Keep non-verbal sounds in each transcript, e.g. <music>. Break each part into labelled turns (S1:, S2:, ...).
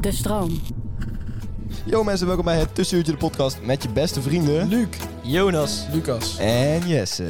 S1: De stroom.
S2: Yo mensen, welkom bij het Tussenuurtje de podcast met je beste vrienden... Luc, Jonas
S3: Lucas.
S2: en Jesse.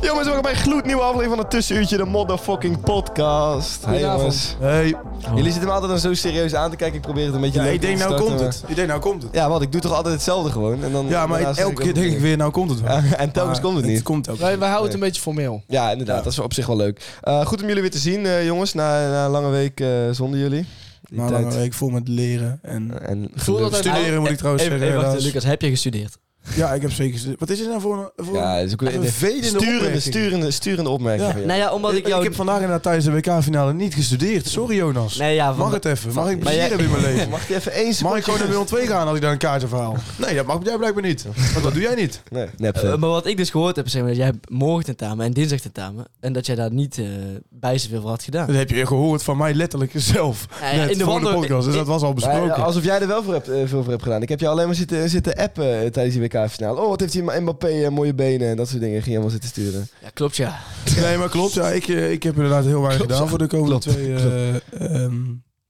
S2: Yo mensen, welkom bij een gloednieuwe aflevering van het Tussenuurtje de motherfucking podcast. Hey
S3: Goedenavond.
S2: jongens. Hey. Jullie zitten me altijd dan zo serieus aan te kijken, ik probeer het een beetje
S3: Ja,
S2: leuk
S3: ik denk
S2: te
S3: nou
S2: starten,
S3: komt
S2: maar-
S3: het. Ik denk nou komt het.
S2: Ja, wat, ik doe toch altijd hetzelfde gewoon. En dan,
S3: Ja, maar
S2: daarnaast
S3: elke keer denk ik weer nou komt het wel.
S2: <laughs> En telkens
S3: Maar
S2: komt het niet.
S3: Het komt ook.
S4: Wij, wij houden het een beetje formeel.
S2: Ja, inderdaad.
S3: Ja.
S2: Dat is op zich wel leuk. Eh, goed om jullie weer te zien, eh, jongens. Na, na een lange week eh, zonder jullie. Die
S3: Maar
S2: tijd.
S3: een week vol met leren en
S2: En
S4: voel dat uit-
S3: studeren moet ik trouwens
S5: Even,
S3: zeggen.
S5: even wachten,
S3: helaas.
S5: Lucas, heb je gestudeerd?
S3: Ja, ik heb zeker... gestudeerd. Wat is het nou voor een... Voor
S2: Ja, is ook
S3: een
S2: een
S3: vervelende
S2: sturende,
S3: opmerking.
S2: sturende, sturende opmerking.
S3: Ja.
S2: weer.
S5: Nou ja,
S3: Ik,
S5: omdat ik
S3: ik
S5: jou...
S3: heb vandaag inderdaad tijdens de WK-finale niet gestudeerd. Sorry Jonas.
S5: Nee, ja,
S3: mag
S5: van-
S3: het even? Mag ik plezier
S5: jij-
S3: hebben in <laughs> mijn leven?
S2: Mag ik even één
S3: Mag
S2: seconde...
S3: ik gewoon naar Willem 2 gaan als ik daar een kaartje verhaal? Nee, dat mag jij blijkbaar niet. Want dat doe jij niet.
S2: Nee, nep.
S5: eh, maar wat ik dus gehoord heb, zeg maar, dat jij hebt morgen tentamen en dinsdag tentamen. En dat jij daar niet eh, bij zoveel voor had gedaan.
S3: Dat heb je gehoord van mij letterlijk zelf.
S5: Ja,
S3: net
S5: in de
S3: voor
S5: wandel-
S3: podcast, dus
S5: in-
S3: dat was al
S2: Maar, eh,
S3: besproken.
S2: alsof jij er wel voor hebt, eh, veel voor hebt gedaan. Ik heb je alleen maar zitten, zitten appen eh, tijdens die WK-finale. Oh, wat heeft die Mbappé eh, mooie benen en dat soort dingen. Ging je helemaal zitten sturen.
S5: Ja, klopt ja.
S3: Nee, maar klopt. Ja, ik, eh, ik heb inderdaad heel weinig gedaan voor de komende
S2: Klopt,
S3: twee eh, ehm,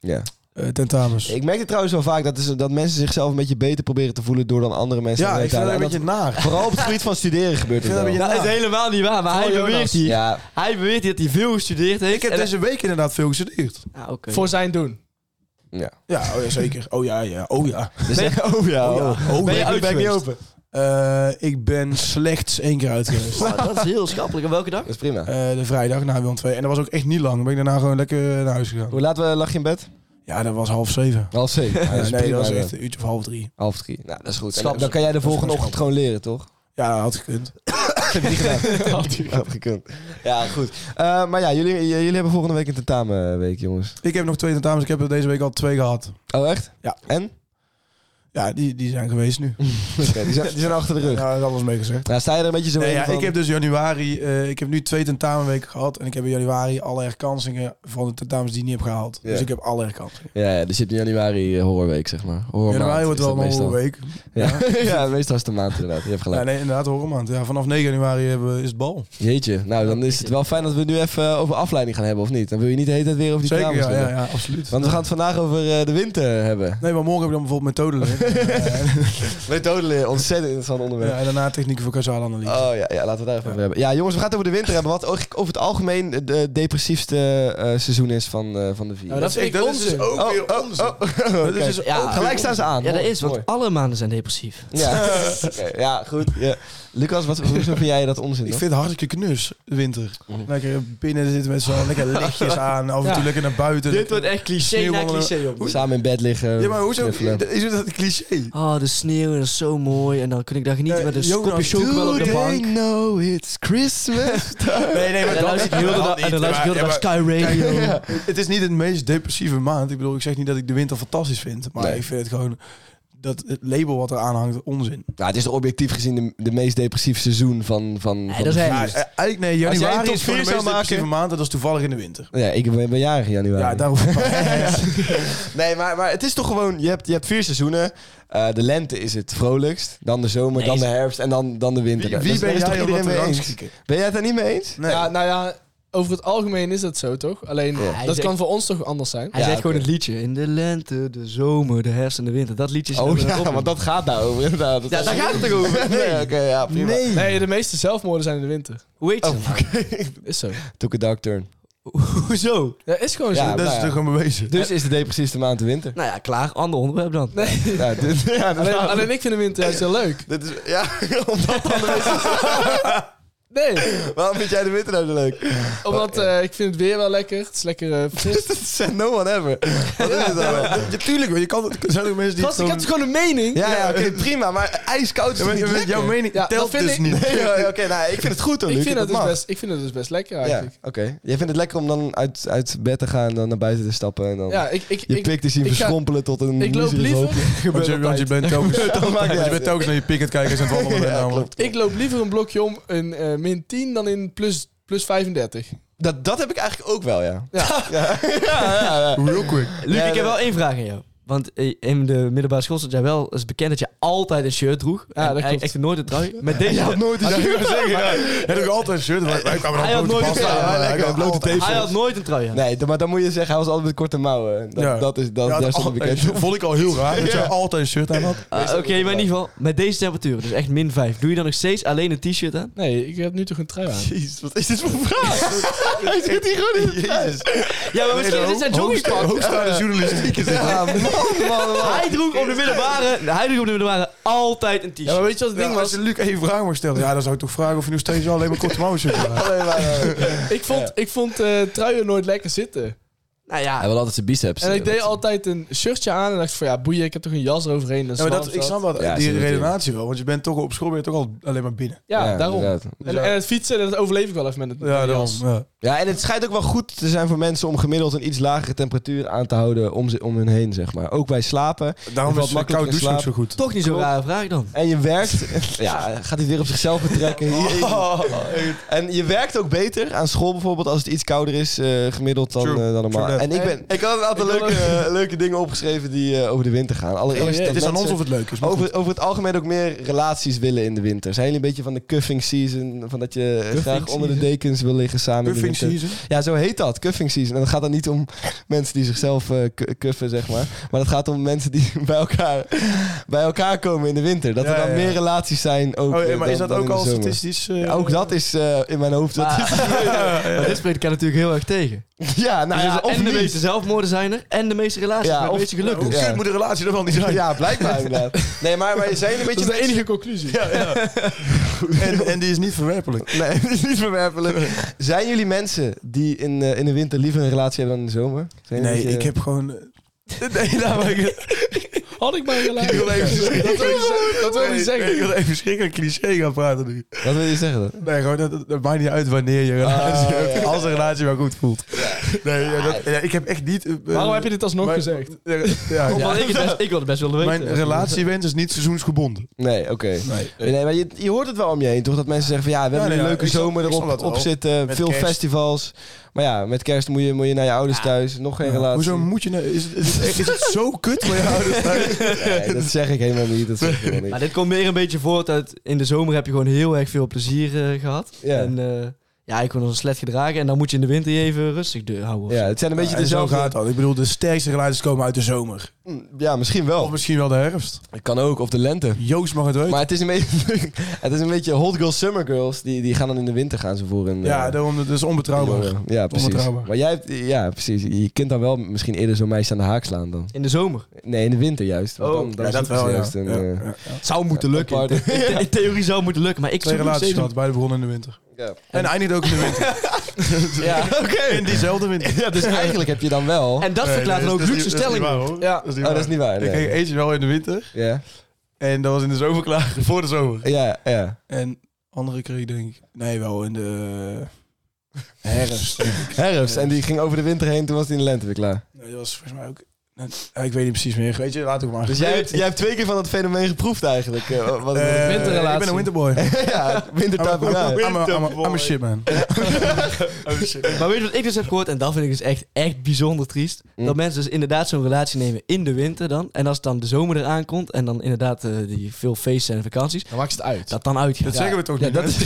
S2: Ja.
S3: eh, tentamens.
S2: Ik merkte trouwens wel vaak dat, is, dat mensen zichzelf een beetje beter proberen te voelen door dan andere mensen.
S3: ja,
S2: aan
S3: ik
S2: het
S3: vind dat
S2: uithalen. En
S3: een beetje naar.
S2: dat- Vooral op het gebied van studeren gebeurt
S3: Ik
S2: het
S3: vind dat
S2: wel.
S3: een
S5: Dat
S3: Ja.
S5: Nou, is helemaal niet waar, maar hij
S3: Voor
S5: beweert,
S3: Jonas.
S5: hier,
S2: Ja,
S5: hij beweert hier dat hij veel gestudeerd heeft.
S3: Ik heb
S5: En-
S3: deze week inderdaad veel gestudeerd.
S5: Ah, oké.
S4: Voor zijn doen.
S2: ja.
S3: Ja, oh ja, zeker. Oh ja, ja. Oh ja.
S2: Dus echt- oh ja,
S3: Oh ja.
S2: oh.
S3: Oh,
S5: Ben je
S3: ja.
S5: uit
S3: ben ik niet
S5: geweest?
S3: open. Eh, ik ben slechts één keer uit geweest. <laughs>
S5: Ah, dat is heel schappelijk. En welke dag?
S2: Dat is prima.
S3: Eh, de vrijdag na Willem 2. En dat was ook echt niet lang. Dan ben ik daarna gewoon lekker naar huis gegaan.
S2: Hoe laat we, lag je in bed?
S3: Ja, dat was half zeven.
S2: Half
S3: <laughs>
S2: zeven.
S3: Ja, nee, dat was echt een uurtje of half drie.
S2: Half drie. Nou, dat is goed.
S3: En
S2: dan kan jij de
S3: dat is
S2: volgende
S3: gewoon
S2: ochtend gewoon leren, <laughs> toch?
S3: Ja, had gekund.
S2: Heb je niet gedaan? <laughs> Had gekund. Ja, goed. Eh, maar ja, jullie, j- jullie hebben volgende week een tentamenweek, jongens.
S3: Ik heb nog twee tentamens. Ik heb er deze week al twee gehad.
S2: Oh, echt?
S3: Ja.
S2: En?
S3: Ja, die, die zijn geweest nu.
S2: <laughs> Oké, die, zijn, die zijn achter de rug.
S3: Ja, dat is alles mee gezegd.
S2: Nou, sta je er een beetje zo
S3: Nee,
S2: in
S3: ja,
S2: van-
S3: ik heb dus januari, eh, ik heb nu twee tentamenweken gehad en ik heb in januari alle herkansingen van de tentamens die ik niet heb gehaald.
S2: Ja.
S3: Dus ik heb alle herkansingen.
S2: Ja, ja, dus je hebt in januari eh, horrorweek, zeg maar. Horrormaand
S3: januari wordt
S2: is
S3: wel
S2: dat
S3: een
S2: meestal.
S3: holle week.
S2: Ja, <laughs> ja, meestal is de maand inderdaad. Je hebt gelijk.
S3: Ja, nee, inderdaad, horen maand. Ja, vanaf 9 januari hebben, we- is het bal.
S2: Jeetje, nou dan is het wel fijn dat we nu even eh, over afleiding gaan hebben, of niet? Dan wil je niet de hele tijd weer over die
S3: Zeker,
S2: kamers
S3: ja, ja,
S2: willen.
S3: ja, absoluut.
S2: Want we gaan het vandaag over eh, de winter hebben.
S3: Nee, maar morgen heb ik dan bijvoorbeeld methodeleer.
S2: <laughs> Methodeleer, ontzettend interessant onderwerp.
S3: ja, en daarna technieken voor causale analyse.
S2: Oh ja, ja, laten we daar even over hebben. Ja, jongens, we gaan het over de winter hebben. Wat eigenlijk over het algemeen de depressiefste eh, seizoen is van, eh, van de vier.
S4: Nou, dat vind ik
S3: dat is dus
S4: onzin.
S3: ook
S2: Oh,
S3: weer
S2: oh,
S3: onzin.
S2: oh, <laughs> oké.
S3: Dat is dus
S5: Ja,
S3: ook
S2: Gelijk
S3: weer
S2: staan ze aan.
S5: Ja, dat is, want
S2: Mooi.
S5: alle maanden zijn depressief.
S2: Ja, Oké, ja goed. Ja. Lucas, wat hoe vind jij dat onzin?
S3: Ik
S2: dan?
S3: vind het hartstikke knus, de winter.
S2: Mhm.
S3: Lekker binnen zitten met zo'n lekker lichtjes aan. Af en toe
S5: Ja.
S3: lekker naar buiten.
S5: Dit wordt echt cliché na
S3: Sneeuwballen.
S5: cliché, joh.
S2: Samen in bed liggen.
S3: Ja, maar hoezo?
S2: knuffelen.
S3: Is dat een cliché?
S5: Oh, de sneeuw, dat is zo mooi. En dan kun ik daar genieten
S3: Eh,
S5: met een
S3: Jonas,
S5: kopje chocola op de
S2: Do
S5: bank.
S2: they know it's <laughs> Christmas time?
S3: Nee, nee,
S5: En dan luister ik heel de dag- en dan luister ik heel de dag Sky Radio.
S3: nou, Het is niet het meest depressieve maand. Ik bedoel, ik zeg niet dat ik de winter fantastisch vind. Maar
S2: Nee.
S3: ik vind het gewoon... Dat het label wat er aanhangt, onzin.
S2: Nou, het is objectief gezien de, de meest depressieve seizoen van... van, van
S5: dat is
S2: de
S5: hij.
S2: vier.
S3: Ja, eh, eigenlijk nee,
S2: dus- Als jij een
S3: januari
S2: top
S3: is voor de
S2: vier
S3: meest
S2: zou maken-
S3: depressieve maand. en Dat is toevallig in de winter.
S2: Ja, ik ben, ben jarig in januari. <laughs>
S3: Ja, daarom.
S2: Nee, maar, maar het is toch gewoon... Je hebt, je hebt vier seizoenen. Eh, de lente is het vrolijkst. Dan de zomer,
S5: Nee,
S2: dan
S5: is-
S2: de herfst en dan, dan de winter.
S3: Wie,
S2: Dat
S3: wie
S2: is-
S3: ben
S2: daar is toch
S3: jij om dat
S2: iedereen
S3: te
S2: mee eens?
S3: rangschikken?
S2: Ben jij het daar niet mee eens?
S3: Nee.
S4: Ja, nou ja, over het algemeen is dat zo, toch? Alleen,
S5: Hij
S4: dat
S5: zegt-
S4: kan voor ons toch anders zijn?
S5: Hij
S2: Ja,
S5: zegt gewoon
S2: oké.
S5: het liedje. In de lente, de zomer, de herfst en de winter. Dat liedje is
S2: Oh
S5: er
S2: ja,
S5: op.
S2: want dat gaat daarover <laughs> inderdaad.
S5: Ja, daar gaat het toch over?
S2: Nee, oké, ja, prima. Nee.
S4: Nee, de meeste zelfmoorden zijn in de winter.
S5: Hoe heet ze?
S4: Is zo.
S2: Took a dark turn.
S5: Hoezo?
S4: Dat is gewoon
S2: Ja,
S4: zo.
S3: Dat
S2: nou
S3: is toch gewoon bewezen.
S2: Dus is de depressiefste maand de
S5: <laughs>
S2: winter.
S5: Nou ja, klaar. Ander onderwerp dan.
S4: Nee,
S2: Ja, dit, ja, dat
S4: alleen,
S2: is-
S4: eh,
S2: <laughs>
S4: alleen ik vind de winter juist heel leuk.
S2: dit is... <laughs> Ja, omdat dan de meeste...
S4: Nee,
S2: Waarom vind jij de winter nou zo leuk? <laughs>
S4: omdat eh, ik vind het weer wel lekker. Het is lekker eh, fris.
S2: Said no one ever. Wat is het dan? Ja,
S3: <laughs> Ja, tuurlijk, hoor. je kan, er zijn ook mensen die
S4: Gast, ik
S3: gewoon-
S4: heb gewoon een mening.
S2: ja, oké, prima. Maar ijskoud is
S3: Ja,
S2: toch
S3: maar-
S2: niet
S3: maar
S2: lekker?
S3: Jouw mening
S4: Ja,
S3: telt
S4: dat vind
S3: dus
S4: ik-
S3: niet.
S2: Nee,
S3: <laughs>
S2: ja, oké, nou, ik vind het goed hoor,
S4: ik,
S2: Luc.
S4: vind
S2: dat
S4: het dus
S2: mag.
S4: best, ik vind het dus best lekker
S2: Ja,
S4: eigenlijk.
S2: oké. Jij vindt het lekker om dan uit, uit bed te gaan en dan naar buiten te stappen en dan...
S4: Ja, ik, ik,
S2: je dus
S4: ik,
S2: pik te zien
S4: ik ga-
S2: verschrompelen tot een
S4: ik loop
S2: miserig
S4: liever-
S2: hoopje.
S4: <laughs>
S2: Gebeurt
S3: Want je, want je
S2: altijd.
S3: bent telkens, <laughs>
S2: Dat maakt niet
S3: want je
S2: uit.
S3: bent telkens naar je picket kijken en aan
S2: <laughs>
S3: het wandelen.
S2: Ja,
S3: bent, namelijk.
S2: klopt.
S4: ik loop liever een blokje om in eh, min 10 dan in plus, plus 35.
S2: Dat, dat heb ik eigenlijk ook wel, ja.
S4: Ja.
S2: <laughs> ja, ja, ja, <laughs> ja.
S3: Real quick.
S5: <laughs> Luc,
S2: Ja,
S5: ik heb
S2: dat-
S5: wel één vraag aan jou. Want eh, in de middelbare school stond jij wel is bekend dat je altijd een shirt droeg.
S4: Ja, dat
S5: en
S4: klopt.
S5: eigenlijk echt nooit een trui. Met deze,
S2: Je had nooit iets aan zeggen.
S3: Heb ik altijd een shirt. Wij kwamen
S5: Hij had
S3: dan blote
S5: nooit
S3: pas
S5: een-
S3: aan.
S5: Ja,
S3: Hij
S2: lekker,
S3: had
S2: blote
S3: altijd-
S2: tepels.
S5: hij had nooit een trui aan.
S2: Nee, d- maar dan moet je zeggen, hij was altijd met korte mouwen. Dat,
S3: Ja.
S2: dat is, dat,
S3: Ja,
S2: daar
S3: dat oh,
S2: stond ik
S3: <laughs>
S2: bekend voor.
S3: vond ik al heel raar, dat jij altijd een shirt aan had.
S5: Ah, Oké, maar in ieder geval, met deze temperaturen, dus echt min 5, doe je dan nog steeds alleen een t-shirt aan?
S4: Nee, ik heb nu toch een trui
S2: <laughs>
S4: aan.
S2: <laughs> Jezus, wat is dit voor
S3: <laughs>
S2: vraag? Hij zit hier gewoon in. Jezus.
S5: Ja, maar misschien is het zijn
S3: Hoogsta-
S5: joggingpak.
S3: Hoogstaande journalistiek is dit.
S2: Ja, man, man, man.
S5: Hij droeg op de middelbare, hij droeg op de middelbare altijd een
S4: Ja, maar
S5: t-shirt.
S4: weet je wat het ding
S3: Ja, als
S4: was?
S3: je Luc één vraag mag stellen, ja, dan zou ik toch vragen of je nog steeds alleen maar korte mouwen shirt aan had.
S2: Alleen maar, eh,
S4: Ik vond, ik vond eh, truien nooit lekker zitten.
S5: Nou
S6: Hij
S5: ja,
S6: wil altijd zijn biceps.
S4: En ik
S6: eh,
S4: deed
S6: wat-
S4: altijd een shirtje aan en dacht van ja, boeien, ik heb toch een jas eroverheen. Dan
S3: Ja, maar
S4: zwalkt
S3: dat, ik snap dat,
S6: Ja,
S3: die
S6: zit het in.
S3: redenatie wel, want je bent toch op school ben je toch al alleen maar binnen.
S4: Ja, daarom.
S6: inderdaad.
S4: En, en het fietsen, dat overleef ik wel even met het met
S3: Ja,
S4: een
S3: daarom.
S4: jas.
S3: Ja.
S2: Ja, en het schijnt ook wel goed te zijn voor mensen om gemiddeld een iets lagere temperatuur aan te houden om, ze, om hun heen, zeg maar. Ook bij slapen.
S3: Daarom
S2: Je valt
S3: is het
S2: makkelijk
S3: koud
S2: in
S3: douchen ook zo
S2: slaap.
S3: goed.
S5: toch niet zo'n
S2: Klopt.
S5: rare vraag dan.
S2: En je werkt... <laughs> Ja, gaat hij weer op zichzelf betrekken. Hier- <laughs> En je werkt ook beter aan school bijvoorbeeld als het iets kouder is eh, gemiddeld dan,
S3: True.
S2: eh, dan normaal.
S3: True that.
S2: En ik, ben, ik had een aantal
S4: Ik wil
S2: leuke, eh, leuke dingen opgeschreven die eh, over de winter gaan. Allereerst
S4: Oh jee.
S2: dat
S3: Het is aan
S2: mensen
S3: ons of het leuk is. maar goed.
S2: over, over het algemeen ook meer relaties willen in de winter. Zijn jullie een beetje van de cuffing season? Van dat je graag onder de
S4: season?
S2: dekens wil liggen samen in
S3: Puffing
S2: de winter?
S3: season.
S2: Ja, zo heet dat, cuffing season. En dat gaat dan niet om mensen die zichzelf eh, ku- cuffen, zeg maar. Maar dat gaat om mensen die <laughs> bij elkaar, bij elkaar komen in de winter. Dat
S3: Ja,
S2: er dan
S3: ja.
S2: meer relaties zijn ook
S3: Oh, ja,
S2: eh,
S3: maar
S2: dan-
S3: is dat
S2: dan in
S3: ook
S2: de
S3: al
S2: zomer.
S3: statistisch? eh, <laughs>
S2: Ja, ook dat is eh, in mijn hoofd. Dat
S5: Maar- <laughs> Maar dit spreekt elkaar natuurlijk heel erg tegen.
S2: is- <laughs> ja, nou
S5: Dus
S2: ja,
S5: er zijn
S2: of
S5: en de
S2: niet.
S5: meeste zelfmoorden zijn er, en de meeste relaties,
S2: Ja,
S5: met de
S2: of-
S5: meeste
S3: Hoe
S5: gelukken.
S2: Ja.
S3: kut moet de relatie er wel niet zijn?
S2: <laughs> Ja, blijkbaar inderdaad. Nee, maar, maar zijn jullie een
S4: Dat is
S2: beetje...
S4: de enige conclusie.
S3: <laughs>
S2: <laughs>
S3: En, en die is niet verwerpelijk.
S2: Nee, dat is niet verwerpelijk. Zijn jullie mensen die in, eh, in de winter liever een relatie hebben dan in de zomer? Zijn jullie
S3: Nee,
S2: een beetje-
S3: ik heb gewoon... eh,
S4: Nee, nou, maar ik- Had ik maar een relatie.
S3: wil even zeggen.
S4: Dat wil ik zeggen- dat wil ik
S3: Nee,
S4: zeggen.
S3: Ik wil even verschrikkelijk cliché gaan praten nu.
S2: Wat wil je zeggen dan?
S3: Nee, gewoon, dat, dat maakt niet uit wanneer je relatie
S2: Ah,
S3: hebt,
S2: ja, ja.
S3: <laughs> Als een relatie maar goed voelt. Nee, ja, dat, ja, ik heb echt niet... eh,
S4: Waarom heb je dit alsnog
S3: maar-
S4: gezegd?
S3: ja, ja,
S5: Omdat
S3: ja.
S5: ik,
S3: <laughs>
S5: het best, ik wil het best willen weten.
S3: Mijn relatiewens is niet seizoensgebonden.
S2: Nee, oké. Nee, nee, maar je, je hoort het wel om je heen, toch? Dat mensen zeggen van ja, we
S3: Ja,
S2: hebben
S3: nee,
S2: een
S3: ja,
S2: leuke
S3: ik snap-
S2: zomer
S3: ik snap
S2: erop
S3: dat wel.
S2: op zitten.
S3: Met
S2: veel
S3: kerst.
S2: festivals. Maar ja, met kerst moet je, moet je naar je ouders thuis. Nog geen
S3: Ja.
S2: relatie.
S3: Hoezo moet je... nou- Is, het- is, het echt- is het zo kut voor
S2: <laughs>
S3: je ouders?
S2: Nee, dat zeg ik helemaal niet. Dat zeg ik helemaal
S5: Maar
S2: niet.
S5: dit komt meer een beetje voort uit, in de zomer heb je gewoon heel erg veel plezier eh, gehad.
S2: Ja.
S5: En eh, ja, ik kon ons een slet gedragen en dan moet je in de winter je even rustig de- houden. of
S2: Ja,
S5: zo.
S2: het zijn een beetje
S3: En zo
S2: dezelfde... Mm,
S3: gaat dat. Ik bedoel, de sterkste relaties komen uit de zomer.
S2: Ja, misschien wel.
S3: Of misschien wel de herfst.
S2: Kan ook, of de lente.
S3: Joost mag het weten.
S2: Maar het is een beetje, <laughs> het is een beetje hot girls, summer girls. Die, die gaan dan in de winter gaan ze voor een...
S3: ja,
S2: eh,
S3: daarom, dat is onbetrouwbaar.
S2: jongen. Ja, precies.
S3: Onbetrouwbaar.
S2: Maar jij hebt, ja, precies. Je kunt dan wel misschien eerder zo'n meisje aan de haak slaan dan.
S5: In de zomer.
S2: Nee, in de winter juist. want
S5: Oh,
S2: dan, dan
S3: Ja,
S2: is
S3: dat
S2: het
S3: wel, ja.
S2: juist een,
S3: Ja,
S2: eh,
S3: ja.
S5: Zou moeten
S2: lukken.
S5: In, the- in theorie zou moeten lukken, maar ik
S3: Twee
S5: zoek nog
S3: relaties
S5: steeds
S3: gehad, beide begonnen in de winter.
S2: ja.
S3: En eindigt ook in de winter.
S2: Ja, oké.
S3: <laughs> In diezelfde winter.
S2: <laughs> Ja, dus eigenlijk heb je dan wel...
S5: een- En dat verklaart dan ook Luxe stelling.
S3: Ja.
S4: Ja.
S3: Dat is niet
S2: oh, dat is niet waar.
S3: Ik
S2: nee.
S3: kreeg eentje wel in de winter.
S2: Ja,
S3: En dat was in de zomer
S2: <laughs>
S3: klaar, voor de zomer.
S2: ja, ja.
S3: En andere kreeg ik denk ik... Nee, wel in de... Herfst.
S2: <laughs> Herfst. En die ging over de winter heen, toen was die in de lente weer klaar.
S3: Nee, dat was volgens mij ook... net- ja, ik weet niet precies meer. Weet je, laat ik maar.
S2: Dus <laughs> jij hebt, jij hebt twee keer van dat fenomeen geproefd eigenlijk. eh, wat- wat-
S3: Eh,
S4: winterrelatie.
S3: Ik ben een
S2: <laughs>
S3: winterboy.
S2: ja, wintertuin. Ja.
S3: I'm a- I'm a- I'm a
S5: <laughs>
S3: shit man.
S5: Oh, Maar weet je wat ik dus heb gehoord? En dat vind ik dus echt, echt bijzonder triest.
S2: Mm.
S5: Dat mensen dus inderdaad zo'n relatie nemen in de winter dan. En als dan de zomer eraan komt en dan inderdaad eh, die veel feesten en vakanties.
S4: Dan maakt ze het uit.
S5: Dat dan uitgaat.
S3: Dat zeggen we toch
S2: Ja,
S3: niet?
S2: dat
S3: <laughs>
S2: is...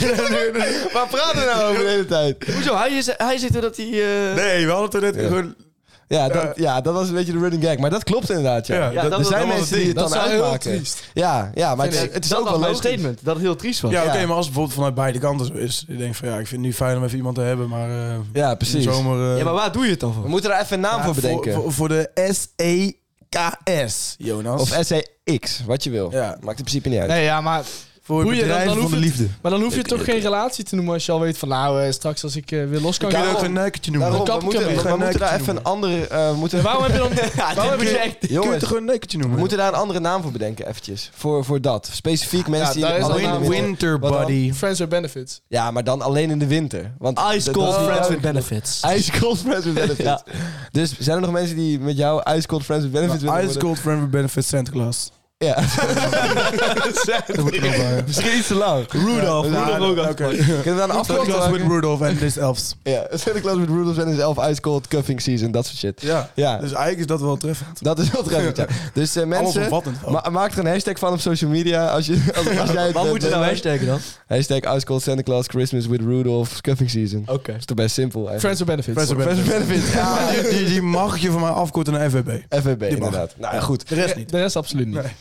S2: Waar praten we nou over de hele tijd?
S5: Hoezo? Hij, is, hij zit er dat hij... eh,
S3: Nee, we hadden het er net
S2: Ja.
S3: gewoon...
S2: Ja dat, ja, dat was een beetje de running gag. Maar dat klopt inderdaad, Eh. ja.
S3: Ja,
S5: Ja, dat
S3: dat-
S2: er
S5: was-
S2: zijn
S3: was
S2: mensen
S3: het
S2: die
S3: ding.
S2: het
S4: Dat
S2: dan
S4: is wel heel
S2: uitmaken.
S4: triest.
S2: Ja, ja, maar het is,
S5: vind ik-
S2: het is
S5: dat
S2: ook
S5: was
S2: wel
S5: mijn
S2: logisch.
S5: statement, dat het heel triest was.
S3: Ja, oké,
S2: Ja.
S3: maar als het bijvoorbeeld vanuit beide kanten zo is. Ik denk van ja, ik vind het nu fijn om even iemand te hebben, maar eh,
S2: Ja,
S3: in
S2: precies.
S3: de zomer... eh,
S5: Ja, maar waar doe je het dan
S2: We
S5: voor?
S2: moeten er even een naam
S3: ja,
S2: voor E bedenken.
S3: Voor, voor de S-E-K-S, Jonas.
S2: of E SEX, wat je wil.
S3: Ja.
S2: Maakt in principe niet uit.
S4: Nee, ja, maar
S3: Voor het
S4: Boeien, dan-
S3: bedrijf
S4: dan
S3: van
S4: hoeft
S3: de
S4: het-
S3: liefde.
S4: Maar dan hoef je toch geen relatie te noemen als je al weet van nou, eh, straks als ik eh, weer los kan
S3: Kun je
S4: gaan.
S3: ook een neukertje noemen?
S2: Daarom,
S4: kap
S2: we
S4: ik
S2: moeten,
S4: hem
S3: weer.
S2: we
S3: Geen
S2: moeten daar
S3: neukertje
S2: even een andere... eh, we moeten,
S4: Waarom heb
S2: <laughs>
S4: je dan... waarom heb je echt...
S3: Kun je
S2: jongens,
S3: toch een neukertje
S2: we
S3: noemen?
S2: moeten daar een andere naam voor bedenken eventjes. Voor, voor dat. Specifiek mensen die...
S4: daar is
S2: alleen
S4: al
S2: in de
S4: een
S3: Win-
S4: naam.
S2: winter-
S3: Winterbody.
S4: Friends with benefits.
S2: Ja, maar dan alleen in de winter. Want
S5: Ice cold
S2: dat- dat-
S5: friends with benefits.
S2: <laughs> Ice Cold Friends with Benefits.
S5: Ja.
S2: Dus zijn er nog mensen die met jou Ice Cold Friends with Benefits willen
S3: Nou, Ice Cold Friend Benefit Santa Claus.
S2: Ja. <laughs>
S3: Dat moet er ook bij.
S2: Misschien iets te lang.
S3: Rudolph.
S2: Ja,
S3: Ja,
S2: Rudolph
S3: oké.
S2: Kunnen we daar een
S3: Santa
S2: afkorting
S3: Claus
S2: van
S3: with
S2: maken?
S3: Rudolph en his elves.
S2: Ja, <laughs> Santa Claus met Rudolph en his elf Ice Cold Cuffing Season, dat soort shit.
S3: Ja.
S2: Ja,
S3: Dus eigenlijk is dat wel
S2: <laughs>
S3: treffend.
S2: dat is wat treffend, ja.
S3: <laughs>
S2: Dus eh, mensen,
S3: Allesomvattend. ook.
S2: ma- maak er een hashtag van op social media als,
S3: <laughs>
S2: je, als, als jij het
S5: Wat
S2: bent,
S5: moeten we
S2: hè?
S5: nou hashtaggen dan?
S2: Hashtag Ice Cold Santa Claus Christmas with Rudolph Cuffing Season.
S3: Oh.
S2: Dat
S5: Oké.
S2: is toch best simpel eigenlijk.
S4: Friends with benefits.
S3: Friends with
S2: Friends with
S3: benefits.
S2: Benefits.
S3: Ja,
S2: Ja,
S3: die, die- die mag je van mij afkorten naar FWB.
S2: FVB
S3: mag.
S2: inderdaad. Nou ja, goed.
S3: De rest niet.
S4: De rest absoluut niet.
S3: Nee.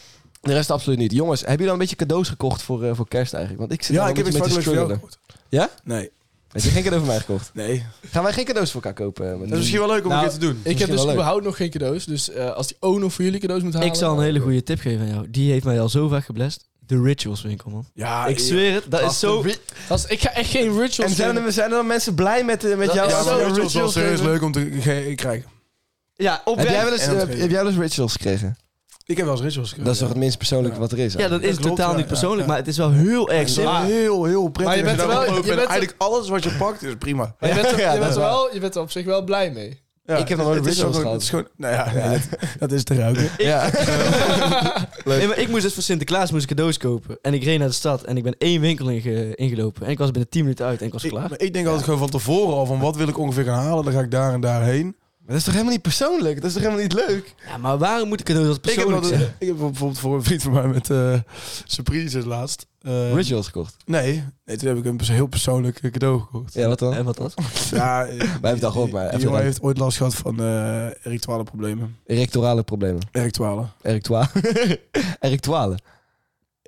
S2: De rest absoluut niet. Jongens, hebben jullie al een beetje cadeaus gekocht voor, eh, voor kerst eigenlijk? Want ik zit
S3: Ja,
S2: al
S3: ik
S2: een
S3: heb iets
S2: beetje met
S3: fucking
S2: te
S3: leuks voor jou
S2: struggelen. Ja?
S3: gehoord. Nee.
S2: Heb je geen cadeau voor mij gekocht?
S3: Nee.
S2: Gaan wij geen cadeaus voor elkaar kopen? eh, met
S3: Dat is misschien wel leuk om
S4: Nou,
S3: een keer te doen.
S4: Ik heb
S2: Misschien
S4: dus
S2: wel leuk.
S4: überhaupt nog geen cadeaus. Dus eh, als die Ono voor jullie cadeaus moet halen...
S5: Ik zal een hele goede tip geven aan jou. Die heeft mij al zo vaak geblest. De Rituals winkel, man.
S3: Ah, Ja,
S5: ik zweer het, dat is zo...
S4: Als, ik ga echt geen rituals
S2: En zijn
S4: doen.
S2: er, zijn er dan mensen blij met, eh, met
S4: Dat
S2: jou?
S4: is
S3: Ja,
S4: zo
S3: maar
S4: rituals
S3: rituals wel serieus
S4: geven.
S3: leuk om te ge- krijgen.
S5: Ja, op
S2: heb, jij
S5: weg.
S2: wel eens,
S3: en
S2: eh,
S3: geven.
S2: heb jij wel eens rituals gekregen?
S3: Ik heb wel eens rituals gekregen.
S2: Dat is toch het minst persoonlijke
S3: Ja.
S2: wat er is?
S5: Ja, dat
S3: Dat
S5: is
S3: klopt,
S5: totaal
S3: ja,
S5: niet persoonlijk,
S3: ja, ja.
S5: maar het is wel heel erg
S3: Ja,
S5: simpel.
S3: heel, heel prettig.
S4: Maar je bent
S3: Als
S4: wel-
S3: daarop
S4: je
S3: loopt en
S4: bent-
S3: Eigenlijk alles wat je pakt is prima.
S4: Maar je
S3: <laughs>
S4: bent, er-
S2: Ja,
S4: je,
S2: dat
S4: bent
S2: is
S4: er wel, je bent er op zich wel blij mee.
S3: Ja,
S2: Ik heb nog nooit
S3: het is
S2: rituals
S3: ook-
S2: gehad.
S3: het is gewoon- nou ja, nee, dat, dat is
S2: <laughs>
S3: te ruiken.
S2: Ja. <laughs>
S5: Nee, maar ik moest dus voor Sinterklaas moest ik cadeaus kopen. En ik reed naar de stad en ik ben één winkel inge- ingelopen. En ik was binnen 10 minuten uit en ik was
S3: Ik,
S5: klaar.
S3: maar ik denk altijd gewoon van tevoren al van wat wil ik ongeveer gaan halen. Dan ga ik daar en daar heen.
S2: Maar dat is toch helemaal niet persoonlijk? Dat is toch helemaal niet leuk?
S5: Ja, maar waarom moet ik cadeaus als
S3: Ik heb,
S5: persoonlijk
S3: altijd-
S5: zijn?
S3: ik heb bijvoorbeeld voor een vriend van mij met eh surprises laatst. Eh,
S2: Rituals gekocht.
S3: nee, nee, toen heb ik hem een heel persoonlijk eh, cadeau gekocht.
S2: Ja, wat dan?
S5: <laughs> En wat dat?
S2: <laughs>
S3: Ja, eh, die-
S2: hebben het al gehoord, maar
S3: die
S2: even
S3: jongen
S2: dan.
S3: heeft ooit last gehad van eh erectuale problemen.
S2: Erectorale problemen.
S3: Erectuale.
S2: <laughs> Erectoire. Erectuale.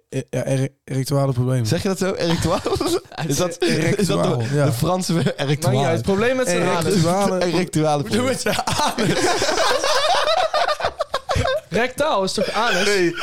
S3: E- ja, er- erectuale problemen.
S2: Zeg je dat zo? Erectoire? Is dat, is dat
S3: Erectuaal,
S2: de,
S3: ja.
S2: de Franse
S4: Maar ja,
S2: erectoire?
S4: het probleem met zijn
S2: dus-
S4: anus...
S3: Erectuale.
S2: Erectuale
S3: Doe
S2: problemen.
S3: het ja.
S4: Rectaal is toch anus?
S3: Nee,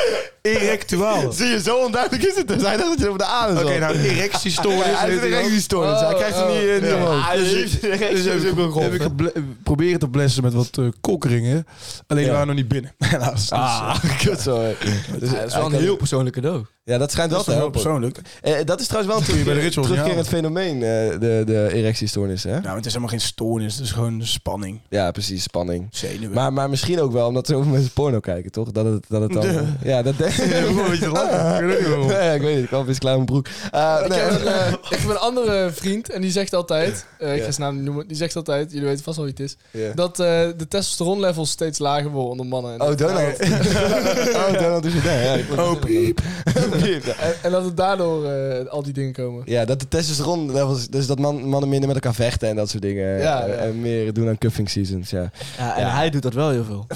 S2: <laughs>
S3: erectuaal.
S2: Zie je, zo onduidelijk is het. Er zijn dat je op de adem
S3: Oké,
S2: zat.
S3: nou, <laughs> erectiestoornis.
S2: Ja, hij
S3: weet
S2: heeft een
S3: ik wel.
S2: erectiestoornis. hij krijgt hem
S4: Oh,
S2: niet in
S3: oh.
S2: omhoog.
S4: Ah, dus-
S3: Dus heb ik, heb ik geble- proberen te blessen met wat eh, kokkeringen. Alleen
S2: Ja.
S3: we waren nog niet binnen, <laughs> helaas. Dus, eh,
S2: Ah, kut zo. hè. Dus
S5: Ja, dat is
S2: hij
S5: wel een
S2: kan-
S5: heel persoonlijk cadeau.
S2: Ja, dat schijnt wel
S3: dat
S2: te
S3: is heel
S2: helpen.
S3: persoonlijk. Nou,
S2: Eh, dat is trouwens wel een
S3: Kun je bij de
S2: terugkeer-
S3: rituals niet
S2: terugkerend fenomeen, eh, de, de erectiestoornissen. Hè? Ja.
S3: maar Nou, het is helemaal geen stoornis. Het is gewoon spanning,
S2: precies, spanning.
S3: zenuwen.
S2: Maar, maar misschien ook wel omdat zoveel mensen porno kijken, toch? Dat het, dat het dan...
S3: Ja.
S2: Ja,
S3: <laughs>
S2: dat denk
S3: een beetje lachen. Ik weet het niet,
S2: Nee, ik weet niet, ik kwam eens klaar mijn broek. Eh,
S4: Ik
S2: nee,
S4: heb, een,
S2: eh,
S4: eh, ik heb een andere vriend en die zegt altijd, eh, ik ga zijn naam niet noemen, die zegt altijd, jullie weten vast wel wie het is,
S2: ja.
S4: dat eh, de testosteron levels steeds lager worden onder mannen. En,
S2: Oh,
S4: dat-
S2: Donald. <laughs> oh, Donald is het daar. Ja, ik word-
S3: Oh, piep.
S2: <laughs> Piep, ja.
S4: en, en dat het daardoor eh, al die dingen komen.
S2: Ja, dat de testosteron levels, dus dat man, mannen minder met elkaar vechten en dat soort dingen.
S4: Ja,
S2: Eh,
S4: ja.
S2: En meer doen aan cuffing seasons, ja.
S5: Ja, en
S2: Ja.
S5: hij doet dat wel heel veel.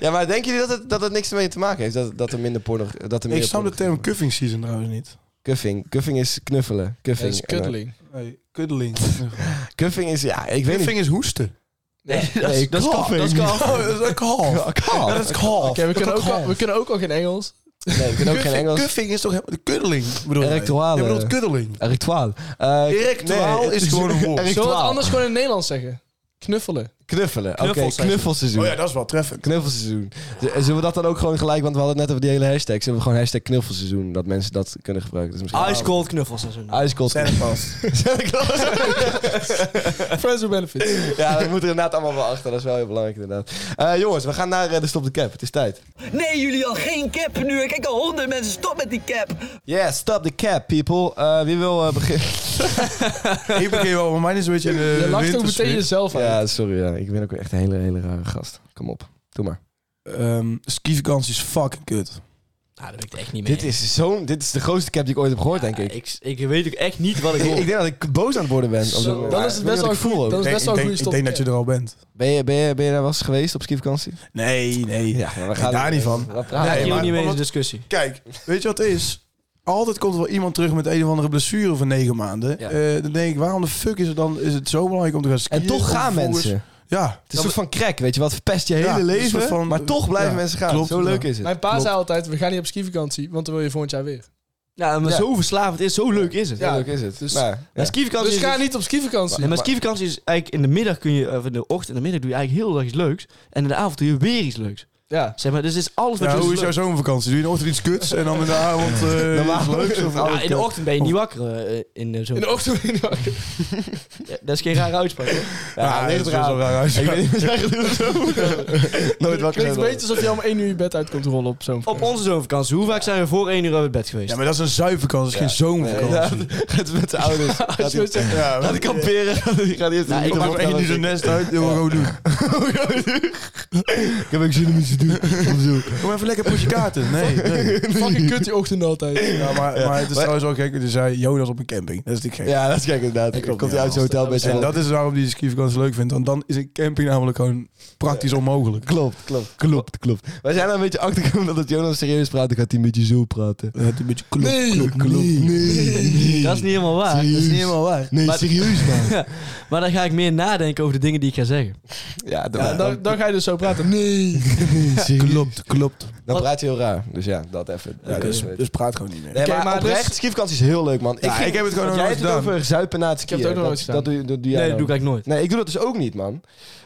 S2: Ja, maar denken jullie dat het, dat het niks mee te maken heeft? Dat, dat er minder porno... Dat er
S3: Ik
S2: meer
S3: snap de
S2: porno-
S3: term cuffing season trouwens niet.
S2: Cuffing. Cuffing is knuffelen.
S4: Dat
S2: Cuffing.
S4: is kuddeling.
S3: Nee, <laughs> kuddeling.
S2: En, eh, cuffing is, ja, ik weet niet.
S3: Cuffing is hoesten.
S4: Ja.
S5: dat is- dat is
S2: coughing.
S5: dat is coughing.
S3: Oh, dat is een kalf. Dat is kalf.
S4: Oké, we, kunnen ook al- we kunnen ook al geen Engels.
S2: Nee, ik kan ook geen Engels.
S3: Cuffing is toch helemaal... de Kuddeling bedoel jij?
S2: Erectuale.
S3: Je bedoelt kuddeling.
S2: Erectuaal. Eh,
S3: Erectuaal
S2: nee, het
S3: is gewoon een woord.
S4: Zullen we het
S2: Erectuaal.
S4: anders gewoon in het Nederlands zeggen? Knuffelen.
S2: Knuffelen. Oké,
S5: Knuffelseizoen.
S2: knuffelseizoen.
S3: Oh ja, dat is wel <laughs> treffend.
S2: Knuffelseizoen. Z- Zullen we dat dan ook gewoon gelijk, want we hadden het net over die hele hashtag. Zullen we gewoon hashtag knuffelseizoen, dat mensen dat kunnen gebruiken. Dat is misschien
S5: Ice cold knuffels en zo.
S2: Ice cold.
S3: Zijn het vast.
S2: <laughs> Santa Claus.
S4: Friends with benefits.
S2: ja, dat moet er inderdaad allemaal wel achter. Dat is wel heel belangrijk inderdaad. Eh, jongens, we gaan naar eh, de Stop de Cap. Het is tijd.
S6: Nee, jullie al geen cap nu. Ik kijk al honderd mensen. Stop met die cap.
S2: Yeah, Stop the Cap, people. Eh, wie wil eh, beginnen?
S3: Ik begin wel, maar mijn is een beetje in de
S4: Je lacht toch
S3: wintersfeer.
S4: meteen jezelf uit.
S2: <laughs> Ja, sorry. Ja. Ik ben ook echt een hele, hele rare gast. Kom op. Doe maar.
S3: Ehm, skivakantie is fucking kut.
S5: Nou, dat weet ik echt niet meer.
S2: Dit is, zo'n, dit is de grootste cap die ik ooit heb gehoord, denk ik. Ik,
S5: ik. Ik weet ook echt niet wat ik hoor.
S2: <laughs> ik denk dat ik boos aan het worden ben. op zo'n-
S4: dan
S2: maar
S4: is het
S2: weet
S4: best
S2: je wat
S4: wel
S2: ik voel
S4: goed.
S2: ook?
S4: Dan is
S3: Nee,
S4: best wel
S3: ik
S4: een
S3: denk,
S4: goede
S3: ik
S4: stop.
S3: denk dat je er al bent.
S2: Ben je, ben, je, ben je daar wel eens geweest op skivakantie?
S3: Nee, nee.
S2: Ja, maar we
S3: gaan- daar niet van.
S2: We
S5: Daar
S2: praten
S5: ga ik
S3: Nee,
S5: hier ook
S3: maar-
S5: niet mee in de
S3: want-
S5: discussie.
S3: Kijk, weet je wat het is? Altijd komt er wel iemand terug met een of andere blessure van negen maanden.
S2: Ja.
S3: Eh, dan denk ik, waarom de fuck is het dan is het zo belangrijk om te gaan skiën?
S2: En toch
S3: Om
S2: gaan
S3: vervolgens-
S2: mensen.
S3: Ja.
S2: Het is een soort van crack, weet je wat? Verpest je hele
S3: Ja, het is een
S2: leven,
S3: soort van-
S2: maar toch blijven
S3: ja,
S2: mensen gaan.
S3: klopt,
S2: Zo leuk
S3: ja.
S2: is het.
S4: Mijn pa
S3: Klopt.
S4: zei altijd, we gaan niet op skivakantie, want dan wil je volgend jaar weer.
S5: Ja, maar
S2: Ja.
S5: zo verslavend is, zo leuk is het.
S2: Zo
S4: Ja.
S2: leuk is het.
S4: dus-
S2: Nou, ja.
S4: <laughs>
S5: En skivakantie
S4: Dus
S5: is-
S4: ga niet op skivakantie.
S5: Nee, maar skivakantie is eigenlijk in de middag kun je, of in de ochtend en de middag doe je eigenlijk heel dag iets leuks. En in de avond doe je weer iets leuks.
S4: Ja.
S5: Zeg maar, dus het is alles wat
S3: Ja,
S5: je
S3: hoe
S5: dus
S3: is jouw
S5: leuk-
S3: zomervakantie? Doe je in de ochtend iets kuts en dan in de avond eh
S2: Normaal
S3: iets <laughs> leuks? Of
S5: Ja, in de ochtend ben je niet wakker eh, eh, in de zomer.
S4: In de ochtend in de ochtend.
S5: Ja, dat is geen rare uitspraak. hoor.
S3: Ja,
S2: Ja,
S3: dat
S2: ligt
S3: is wel
S2: eraan.
S3: zo raar uit.
S2: Ik weet niet wat jij gaat doen. <laughs> Nooit wakker
S4: Klinkt
S2: zijn.
S4: een beetje alsof je om één uur je bed uit komt rollen op zo'n
S5: Op onze zomervakantie, hoe vaak zijn we voor één uur uit het bed geweest?
S3: Ja, maar dat is een zuiverkant, dat is geen zomervakantie.
S2: Ja, het is met zijn ouders. Gaat
S4: Zo
S2: hij-
S4: zeg-
S3: Ja,
S2: Gaat
S3: maar
S2: hij kamperen? Die gaat eerst
S5: Nou, ik
S3: ik
S5: maak
S3: maak één uur zijn nest uit, joh, gewoon doen.
S2: Ik heb ook zin om iets te doen. Of zo.
S3: Kom even lekker potje kaarten. Nee,
S2: <laughs>
S3: nee.
S4: Fucking kut die ochtend altijd.
S3: Ja, maar, maar het is trouwens wel gek, er zei Jonas op een camping. Dat is natuurlijk gek.
S2: Ja, dat is gek inderdaad.
S3: klopt,
S2: Dan komt
S3: ja,
S2: hij uit zijn
S3: als
S2: hotel best
S3: En
S2: wel.
S3: dat is waarom die skivakantie leuk vindt, want dan is een camping namelijk gewoon praktisch onmogelijk.
S2: Klopt, klopt, klopt, klopt. Wij zijn er een beetje achter gekomen dat als Jonas serieus praat, dan gaat hij een beetje zo praten.
S3: Dat is een beetje klopt,
S4: Nee.
S3: klopt, klopt.
S2: Nee, nee.
S5: Dat is niet helemaal waar.
S2: Serieus.
S5: waar.
S2: Nee,
S5: Maar-
S2: serieus man.
S5: <laughs> Maar dan ga ik meer nadenken over de dingen die ik ga zeggen.
S2: Ja, dan,
S4: Ja, dan, dan ga je dus zo praten. Nee.
S2: nee, serieus.
S3: Klopt, klopt.
S2: Dan praat je heel raar. Dus ja, dat even. Ja, dat is-
S3: dus, dus praat gewoon niet meer.
S2: Nee,
S4: Oké,
S2: maar,
S4: maar
S2: oprecht,
S4: dus-
S2: skivakantie is heel leuk, man.
S3: Ja, ik heb het
S2: want
S3: gewoon
S2: Jij
S3: nog nooit
S2: hebt het
S3: gedaan.
S2: over zuipen na het skiën.
S4: het ook nog
S2: dat,
S4: nooit gedaan.
S2: Dat doe, je- dat doe jij
S5: Nee,
S2: dan.
S5: dat doe ik eigenlijk nooit.
S2: Nee, ik doe dat dus ook niet, man.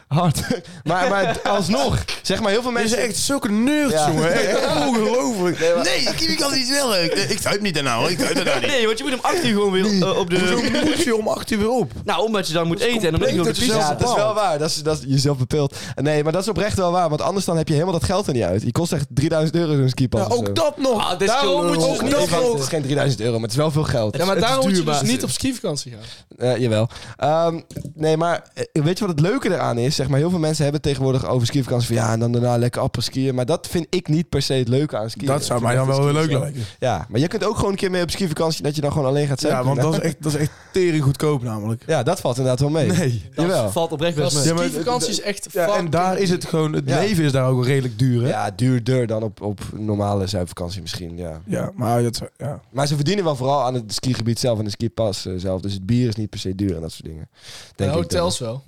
S2: Hard. maar,
S3: <laughs>
S2: maar alsnog, zeg maar, heel veel
S3: Mensen
S2: mensen...
S3: zijn echt zulke nerds,
S2: Ja.
S3: jongen. <laughs> Echt ongelooflijk.
S2: Nee, maar-
S3: kan iets wel leuk. Nee, Ik typ niet daarna, hoor. Ik typ daarna <laughs>
S5: Nee, want je moet om 8 uur gewoon weer eh, op de...
S3: Hoezo moet je om 8 uur weer op?
S5: Nou, omdat je dan moet eten en omdat je op de
S3: compleet
S5: piste
S3: hetzelfde.
S2: Ja,
S5: zit.
S2: dat is wel waar. Dat is, dat is jezelf bepeeld. Nee, maar dat is oprecht wel waar. Want anders dan heb je helemaal dat geld er niet uit. Je kost echt 3000 euro zo'n skipas.
S3: Ja,
S2: of zo.
S3: Nou, ook dat nog.
S4: Ah,
S5: dit is
S3: Daarom
S5: gewoon
S3: moet je
S5: lul.
S3: dus
S5: Ook
S3: niet
S5: dat
S3: wachten.
S2: Het is geen 3000 euro, maar het is wel veel geld.
S4: Ja, maar
S5: Het is
S4: daarom moet je
S5: duur,
S4: dus
S5: maar-
S4: niet op skivakantie gaan.
S2: Eh, jawel. Ehm, nee, maar eh, weet je wat het leuke eraan is? Zeg maar, heel veel mensen hebben tegenwoordig over skivakantie van ja, en dan daarna lekker appel skiën. Maar dat vind ik niet per se het leuke aan skiën.
S3: Dat zou
S2: Ik
S3: mij dan
S2: vind
S3: wel
S2: dat
S3: weer leuk
S2: skiën zo-
S3: lijken.
S2: Ja, maar je kunt ook gewoon een keer mee op skivakantie dat je dan gewoon alleen gaat zijn.
S3: Ja, want dat is echt, dat is echt tering goedkoop namelijk.
S2: Ja, dat valt inderdaad wel mee.
S3: Nee.
S5: Dat
S2: Jawel.
S5: valt oprecht best mee.
S3: Ja, maar-
S4: Skivakantie is echt
S3: Ja, en
S4: fucking-
S3: daar is het gewoon, het
S2: Ja.
S3: leven is daar ook wel redelijk duur, hè? Ja,
S2: Ja, duurder dan op, op normale zuidvakantie misschien, ja.
S3: maar dat zou- ja.
S2: Maar ze verdienen wel vooral aan het skigebied zelf en de skipas eh, zelf. Dus het bier is niet per se duur en dat soort dingen. Denk
S4: En
S2: ik
S4: Eh, hotels wel.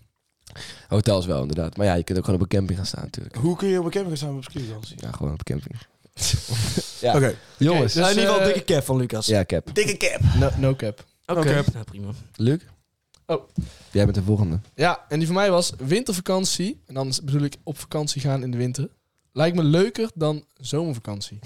S2: dan. Hotels wel, inderdaad. Maar ja, je kunt ook gewoon op een camping gaan staan natuurlijk.
S3: Hoe kun je op een camping staan op skivakantie?
S2: Ja, gewoon op een camping. <laughs> ja.
S3: Oké.
S2: Jongens.
S4: dus,
S5: Nou, in ieder geval
S4: eh,
S5: dikke cap van Lucas.
S2: Ja, Cap.
S3: Dikke cap.
S4: No, no cap.
S5: Oké,
S3: Oké.
S5: nou, prima.
S2: Luc?
S4: Oh.
S2: Jij bent de volgende.
S4: Ja, en die voor mij was wintervakantie. En dan is- bedoel ik op vakantie gaan in de winter. Lijkt me leuker dan zomervakantie.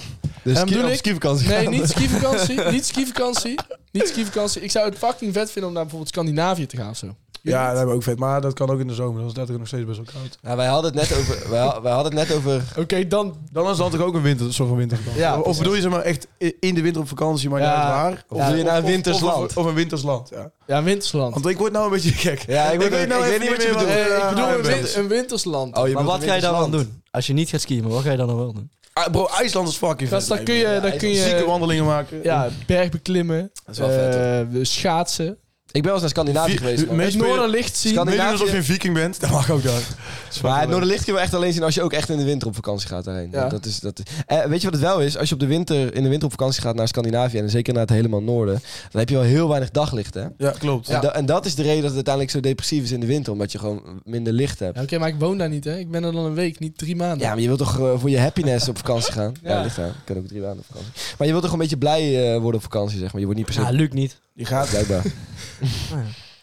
S2: Dus
S4: ski- bedoel op ik-
S2: skivakantie <laughs>
S4: Nee, niet skivakantie. Niet skivakantie. Niet skivakantie. Ik zou het fucking vet vinden om naar bijvoorbeeld Scandinavië te gaan of zo.
S3: Ja, dat hebben we ook vet. Maar dat kan ook in de zomer. Dan is het letterlijk nog steeds best wel koud.
S2: Nou, wij hadden het net over... wij, wij hadden het net over...
S4: Oké, dan...
S3: Dan is dat toch ook een winter, soort van wintervakantie?
S4: Ja,
S3: of bedoel je ze maar echt i- in de winter op vakantie, maar
S4: Ja.
S3: niet uit waar? Of
S2: Ja,
S3: wil
S2: je naar een wintersland?
S3: Of, of een wintersland, ja.
S4: Ja, wintersland.
S3: Want ik word nou een beetje gek. nou
S2: Ja, ik, weet, ik weet niet wat je bedoelt.
S4: Nee, ik bedoel een,
S3: Arnhem
S4: win-
S3: is.
S4: een wintersland.
S2: Oh, je
S5: Maar
S2: bedoelt
S5: wat
S2: een
S5: ga je dan wel
S2: wintersland.
S5: doen? Als je niet gaat skiën, maar wat ga je dan dan wel doen?
S3: Ah, bro, IJsland is fucking
S4: Gast,
S3: vet.
S4: dan kun je, dan kun
S3: Zieke
S4: je
S3: wandelingen maken.
S4: ja, berg beklimmen,
S2: is wel vet,
S4: eh, schaatsen,
S2: Ik ben wel eens naar Scandinavië
S3: Vier-
S2: geweest. man.
S3: me-
S4: het
S3: speel-
S4: Noorderlicht zien.
S2: Scandi-
S3: Weet je alsof je een viking bent? Dat mag ook daar.
S2: Maar het Noorderlicht kun je wel echt alleen zien als je ook echt in de winter op vakantie gaat daarheen.
S4: Ja.
S2: Dat is, dat is- Eh, weet je wat het wel is? Als je op de winter, in de winter op vakantie gaat naar Scandinavië en zeker naar het helemaal noorden, dan heb je wel heel weinig daglicht, hè?
S3: Ja, klopt.
S2: En, da- en dat is de reden dat het uiteindelijk zo depressief is in de winter, omdat je gewoon minder licht hebt.
S4: Ja, Oké, maar ik woon daar niet, hè. Ik ben er dan een week, niet drie maanden.
S2: Ja, maar je wilt toch eh, voor je happiness op vakantie gaan? Ja,
S4: Ah, Ja.
S2: ligt aan. Ik kan ook drie maanden op vakantie. Maar je wilt toch een beetje blij eh, worden op vakantie, zeg maar. Je wordt niet per
S5: Ja,
S2: se...
S5: Luc niet.
S3: Je gaat...
S2: Blijkbaar.